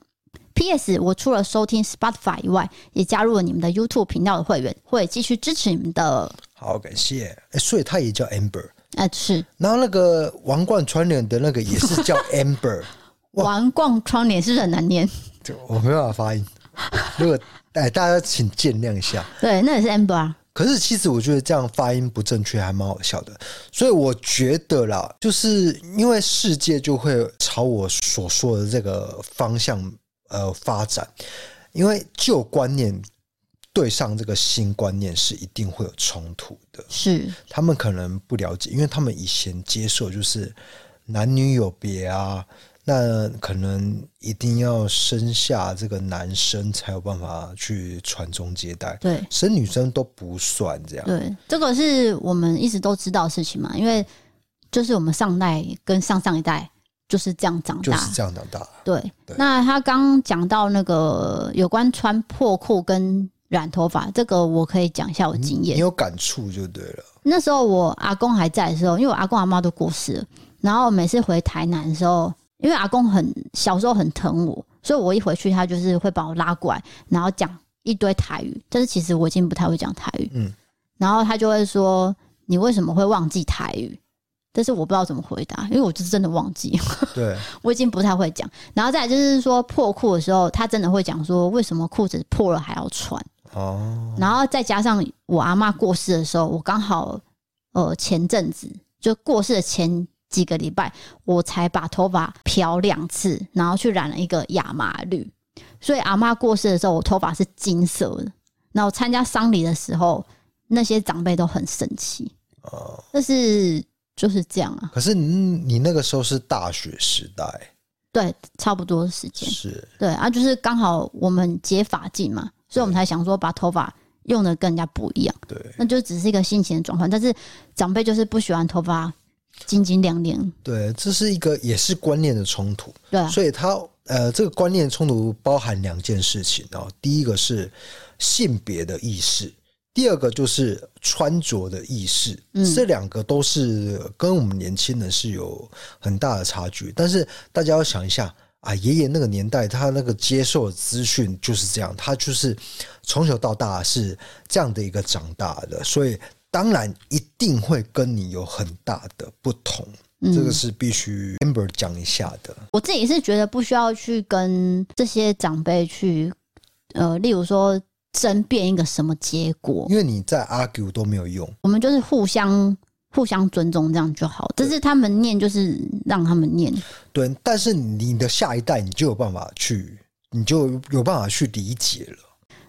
Speaker 1: P.S. 我除了收听 Spotify 以外，也加入了你们的 YouTube 频道的会员，会继续支持你们的。
Speaker 2: 好，感谢。哎，所以他也叫 Amber，
Speaker 1: 呃，是
Speaker 2: 然后那个王冠窗帘的那个也是叫 Amber，
Speaker 1: 玩逛窗帘是不是很难念？
Speaker 2: 这我没办法发音。如果哎，大家请见谅一下。
Speaker 1: 对，那也是 Amber 啊。
Speaker 2: 可是其实我觉得这样发音不正确还蛮好笑的，所以我觉得啦，就是因为世界就会朝我所说的这个方向呃发展，因为旧观念对上这个新观念是一定会有冲突的。
Speaker 1: 是
Speaker 2: 他们可能不了解，因为他们以前接受就是男女有别啊，那可能一定要生下这个男生才有办法去传宗接代，
Speaker 1: 对
Speaker 2: 生女生都不算这样。
Speaker 1: 对，这个是我们一直都知道的事情嘛，因为就是我们上代跟上上一代就是这样长
Speaker 2: 就
Speaker 1: 大。
Speaker 2: 是这样长大，
Speaker 1: 对
Speaker 2: 对，
Speaker 1: 那他刚讲到那个有关穿破裤跟染头发，这个我可以讲一下我的经验。
Speaker 2: 嗯你有感触就对了。
Speaker 1: 那时候我阿公还在的时候，因为我阿公阿妈都过世了，然后每次回台南的时候，因为阿公很小时候很疼我，所以我一回去他就是会把我拉过来，然后讲一堆台语，但是其实我已经不太会讲台语，
Speaker 2: 嗯，
Speaker 1: 然后他就会说你为什么会忘记台语？但是我不知道怎么回答，因为我就是真的忘记，
Speaker 2: 对，
Speaker 1: 我已经不太会讲。然后再来就是说破裤的时候，他真的会讲说为什么裤子破了还要穿。
Speaker 2: 哦，
Speaker 1: 然后再加上我阿妈过世的时候，我刚好呃前阵子就过世的前几个礼拜，我才把头发漂两次，然后去染了一个亚麻绿。所以阿妈过世的时候，我头发是金色的。那我参加丧礼的时候，那些长辈都很生气，
Speaker 2: 哦。
Speaker 1: 但是就是这样啊，
Speaker 2: 可是你你那个时候是大学时代，
Speaker 1: 对，差不多的时间。
Speaker 2: 是
Speaker 1: 对啊，就是刚好我们解发禁嘛，所以我们才想说把头发用的跟人家不一样。
Speaker 2: 对
Speaker 1: 那就只是一个心情的转换。但是长辈就是不喜欢头发晶晶亮亮，
Speaker 2: 对，这是一个也是观念的冲突。
Speaker 1: 对啊，
Speaker 2: 所以他呃，这个观念冲突包含两件事情哦，第一个是性别的意识，第二个就是穿着的意识。
Speaker 1: 嗯
Speaker 2: 这两个都是跟我们年轻人是有很大的差距。但是大家要想一下啊，爷爷那个年代，他那个接受的资讯就是这样，他就是从小到大是这样的一个长大的，所以。当然，一定会跟你有很大的不同，
Speaker 1: 嗯
Speaker 2: 这个是必须 Amber 讲一下的。
Speaker 1: 我自己是觉得不需要去跟这些长辈去，呃，例如说争辩一个什么结果，
Speaker 2: 因为你在 argue 都没有用，
Speaker 1: 我们就是互相互相尊重这样就好。但是他们念就是让他们念，
Speaker 2: 对，但是你的下一代你就有办法去，你就有办法去理解了。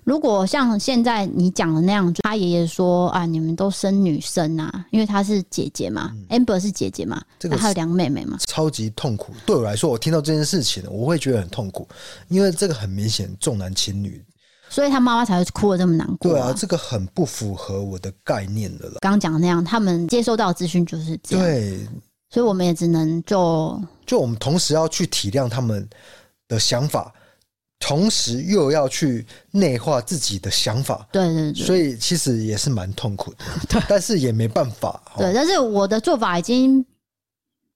Speaker 1: 如果像现在你讲的那样，就他爷爷说啊，你们都生女生啊，因为她是姐姐嘛、a m b e r 是姐姐嘛，
Speaker 2: 嗯这个
Speaker 1: 还有两妹妹嘛，
Speaker 2: 超级痛苦，对我来说，我听到这件事情，我会觉得很痛苦，因为这个很明显重男轻女，
Speaker 1: 所以他妈妈才会哭得这么难过、
Speaker 2: 对啊，这个很不符合我的概念的了。
Speaker 1: 刚讲那样，他们接收到的资讯就是啊这样，
Speaker 2: 对，
Speaker 1: 所以我们也只能就
Speaker 2: 就我们同时要去体谅他们的想法，同时又要去内化自己的想法，
Speaker 1: 对对对
Speaker 2: 所以其实也是蛮痛苦 的，但是也没办法。哦
Speaker 1: 对。但是我的做法已经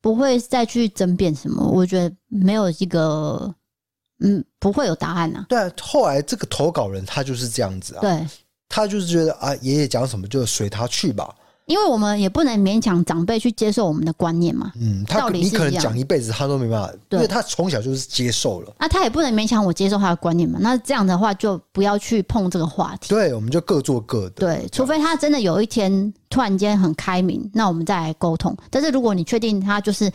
Speaker 1: 不会再去争辩什么，我觉得没有一个嗯，不会有答案呐、
Speaker 2: 对啊，后来这个投稿人他就是这样子啊，
Speaker 1: 对，
Speaker 2: 他就是觉得啊，爷爷讲什么就随他去吧。
Speaker 1: 因为我们也不能勉强长辈去接受我们的观念嘛。
Speaker 2: 嗯，他
Speaker 1: 道理
Speaker 2: 你
Speaker 1: 是
Speaker 2: 可能
Speaker 1: 一样
Speaker 2: 讲一辈子他都没办法，因
Speaker 1: 对
Speaker 2: 为他从小就是接受了。
Speaker 1: 那啊他也不能勉强我接受他的观念嘛。那这样的话，就不要去碰这个话题。
Speaker 2: 对，我们就各做各的。
Speaker 1: 对，除非他真的有一天突然间很开明，那我们再来沟通。但是如果你确定他就是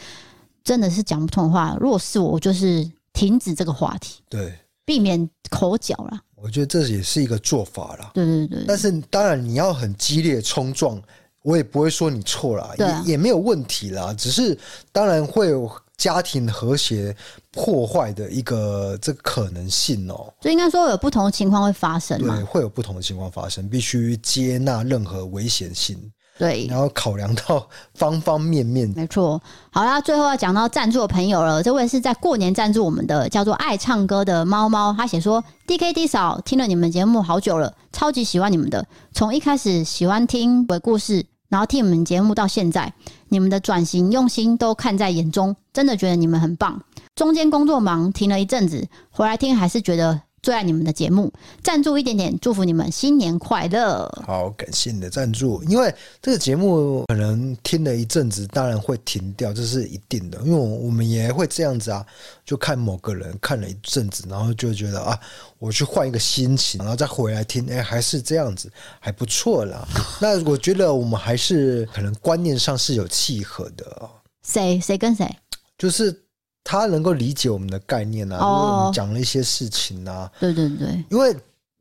Speaker 1: 真的是讲不通的话，如果是我，我就是停止这个话题，
Speaker 2: 对，
Speaker 1: 避免口角啦。
Speaker 2: 我觉得这也是一个做法啦。
Speaker 1: 对对对，对
Speaker 2: 但是当然你要很激烈冲撞，我也不会说你错啦，
Speaker 1: 对啊
Speaker 2: 也也没有问题啦。只是当然会有家庭和谐破坏的一个这个可能性哦、
Speaker 1: 就应该说有不同的情况会发生
Speaker 2: 对，
Speaker 1: 嘛。
Speaker 2: 会有不同的情况发生，必须接纳任何危险性，
Speaker 1: 对，
Speaker 2: 然后考量到方方面面。
Speaker 1: 没错。好啦，最后要讲到赞助的朋友了，这位是在过年赞助我们的，叫做爱唱歌的猫猫，他写说：“D K D 嫂，听了你们节目好久了，超级喜欢你们的，从一开始喜欢听鬼故事。”然后听你们节目到现在，你们的转型用心都看在眼中，真的觉得你们很棒。中间工作忙停了一阵子，回来听还是觉得最爱你们的节目，赞助一点点，祝福你们新年快乐。
Speaker 2: 好，感谢你的赞助。因为这个节目可能听了一阵子，当然会停掉，这是一定的。因为我我们也会这样子啊，就看某个人看了一阵子，然后就觉得啊，我去换一个心情，然后再回来听， 哎，还是这样子，还不错啦。那我觉得我们还是可能观念上是有契合的、哦。
Speaker 1: 谁谁跟谁？
Speaker 2: 就是他能够理解我们的概念啊，因
Speaker 1: 哦
Speaker 2: 为我们讲了一些事情啊，
Speaker 1: 对对对，
Speaker 2: 因为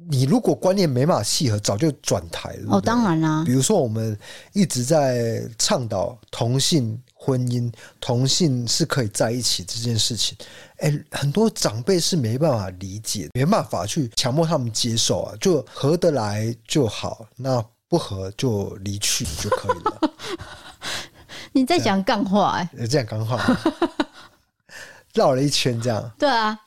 Speaker 2: 你如果观念没法契合，早就转台了。对
Speaker 1: 哦，
Speaker 2: 不对
Speaker 1: 当。然啦、
Speaker 2: 比如说，我们一直在倡导同性婚姻，同性是可以在一起这件事情，哎、很多长辈是没办法理解，没办法去强迫他们接受啊，就合得来就好，那不合就离去就可以 了。
Speaker 1: 你在讲干话哎、
Speaker 2: 呃这样刚好吗绕了一圈，这样。
Speaker 1: 对啊。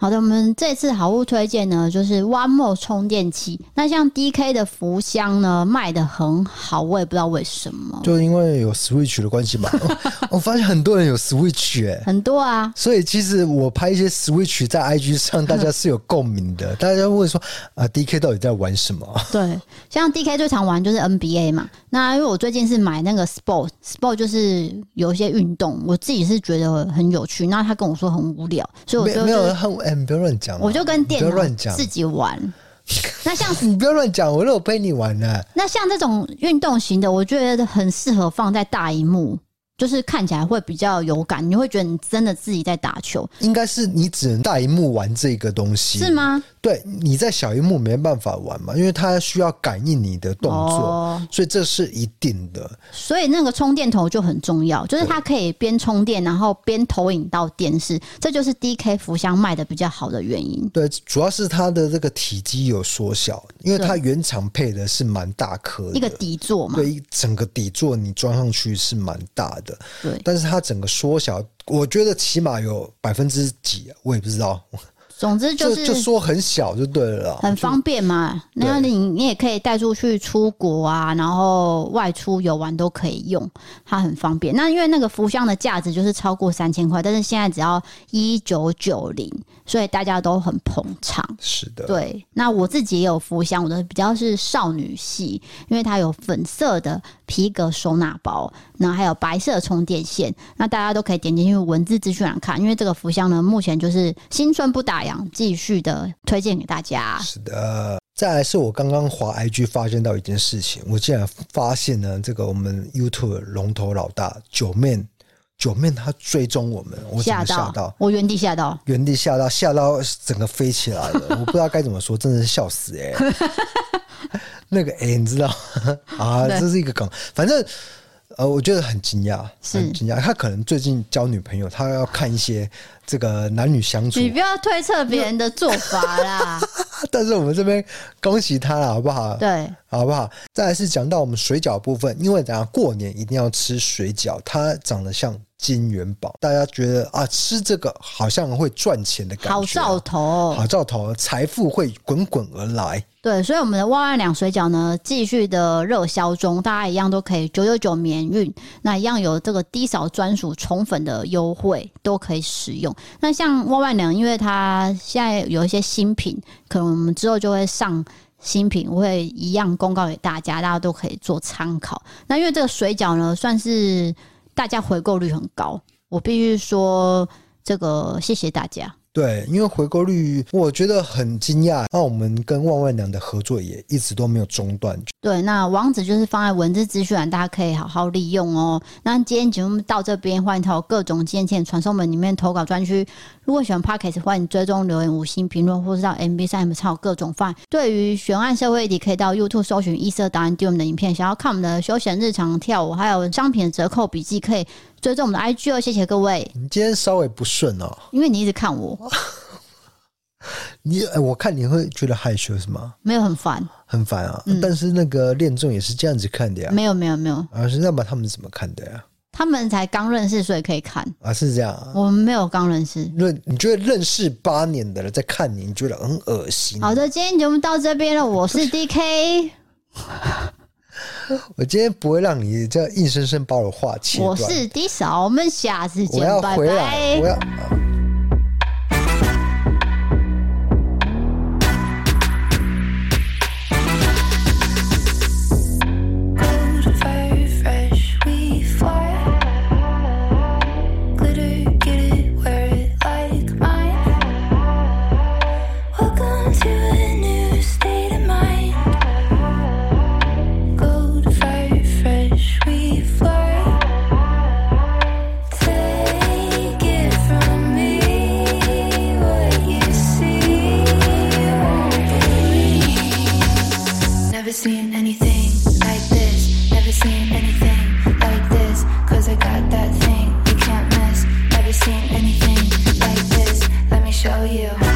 Speaker 1: 好的，我们这次好物推荐呢，就是 OneMo 充电器。那像 DK 的福箱呢，卖的很好，我也不知道为什么，
Speaker 2: 就因为有 Switch 的关系 吧，我我发现很多人有 Switch 哎、
Speaker 1: 很多啊。
Speaker 2: 所以其实我拍一些 Switch 在 IG 上，大家是有共鸣 的。大家问说啊，DK 到底在玩什么？
Speaker 1: 对，像 DK 最常玩就是 NBA 嘛。那因为我最近是买那个 Sport，Sport 就是有一些运动，我自己是觉得很有趣。那他跟我说很无聊，所以我
Speaker 2: 没
Speaker 1: 就
Speaker 2: 没有，
Speaker 1: 是
Speaker 2: 很哎、你不要乱讲啊，
Speaker 1: 我就跟
Speaker 2: 你
Speaker 1: 电
Speaker 2: 不要乱
Speaker 1: 脑
Speaker 2: 讲
Speaker 1: 自，己玩。那像
Speaker 2: 你不要乱讲，我都有陪你玩啊呢、
Speaker 1: 那像这种运动型的，我觉得很适合放在大荧幕，就是看起来会比较有感，你会觉得你真的自己在打球，
Speaker 2: 应该是你只能大荧幕玩这个东西，
Speaker 1: 是？吗？
Speaker 2: 对，你在小荧幕没办法玩嘛，因为它需要感应你的动作，
Speaker 1: 哦
Speaker 2: 所以这是一定的。
Speaker 1: 所以那个充电头就很重要，就是它可以边充电，然后边投影到电视，这就是 DK 福箱卖的比较好的原因。
Speaker 2: 对，主要是它的这个体积有缩小，因为它原厂配的是蛮大颗的，
Speaker 1: 一个底座嘛，
Speaker 2: 呃对一整个底座你装上去是蛮大的，
Speaker 1: 对，
Speaker 2: 但是它整个缩小，我觉得起码有百分之几，我也不知道，
Speaker 1: 总之就
Speaker 2: 就是说很小就对了啦，
Speaker 1: 很
Speaker 2: 就
Speaker 1: 方便嘛。那你你也可以带出去出国啊，然后外出游玩都可以用，它很方便。那因为那个福箱的价值就是超过三千块，但是现在只要一九九零，所以大家都很捧场。
Speaker 2: 是的，
Speaker 1: 对，那我自己也有福箱，我的比较是少女系，因为它有粉色的皮革收纳包，然后还有白色充电线，那大家都可以点进去文字资讯栏看，因为这个福箱呢，目前就是新春不打烊，继续的推荐给大家。
Speaker 2: 是的。再来是我刚刚滑 IG 发现到一件事情，我竟然发现呢，这个我们 YouTube 龙头老大九面，九面他追踪我们，我整
Speaker 1: 吓
Speaker 2: 个吓
Speaker 1: 到
Speaker 2: 到。
Speaker 1: 我原地吓到，
Speaker 2: 原地吓到，吓到整个飞起 来了，我不知道该怎么说，真的是笑死哎、 那个哎、你知道 啊，
Speaker 1: 对
Speaker 2: 这是一个梗，反正呃，我觉得很惊讶，
Speaker 1: 是
Speaker 2: 很惊讶。他可能最近交女朋友，他要看一些这个男女相处 啊
Speaker 1: 你。不要推测别人的做法啦。
Speaker 2: 但是我们这边恭喜他了，好不好？
Speaker 1: 对，
Speaker 2: 好不好？再来是讲到我们水饺部分，因为等下过年一定要吃水饺，它长得像金元宝，大家觉得啊，吃这个好像会赚钱的感觉，
Speaker 1: 好兆头哦、
Speaker 2: 好兆头，财富会滚滚而来。
Speaker 1: 对，所以我们的万万两水饺呢，继续的热销中，大家一样都可以九九九免运，那一样有这个低扫专属宠粉的优惠，都可以使用。那像万万两，因为它现在有一些新品，可能我们之后就会上新品，我会一样公告给大家，大家都可以做参考。那因为这个水饺呢，算是大家回购率很高，我必须说这个谢谢大家。
Speaker 2: 对，因为回购率我觉得很惊讶，那我们跟万万良的合作也一直都没有中断，
Speaker 1: 对，那网址就是放在文字资讯栏，大家可以好好利用哦。那今天节目到这边，欢迎投各种见见传送门里面投稿专区。如果喜欢 Podcast，欢迎追踪留言、五星评论，或是到 MB 三 M 超各种范。对于悬案社会议题，可以到 YouTube 搜寻“异色答案”丢我们的影片。想要看我们的休闲日常跳舞，还有商品的折扣笔记，可以追踪我们的 IG 哦。谢谢各位，
Speaker 2: 你今天稍微不顺哦，
Speaker 1: 因为你一直看我，
Speaker 2: 你哎我看你会觉得害羞是吗？
Speaker 1: 没有很烦，
Speaker 2: 很烦啊。但是那个恋综也是这样子看的呀，
Speaker 1: 没有没有没有，
Speaker 2: 啊，是那么他们怎么看的呀？
Speaker 1: 他们才刚认识，所以可以看。
Speaker 2: 啊，是这样啊。
Speaker 1: 我们没有刚认识。
Speaker 2: 认你觉得认识八年的人在看你，你觉得很恶心。
Speaker 1: 好的，今天节目到这边了，我是 DK，
Speaker 2: 我今天不会让你这样硬生生把我的话切断。
Speaker 1: 我是 D 嫂，我们下次
Speaker 2: 我
Speaker 1: 见
Speaker 2: 要，
Speaker 1: 拜
Speaker 2: 回来，
Speaker 1: 拜
Speaker 2: 我。要。
Speaker 3: Gold very fresh, we fly. Glitter, get it, wear it like mine. Welcome to a new state of mind. Gold very fresh, we fly. Take it from me, what you see won't be. Never seen anything like this. Never seen anything like this. Cause I got that thing you can't miss. Never seen anything like this. Let me show you.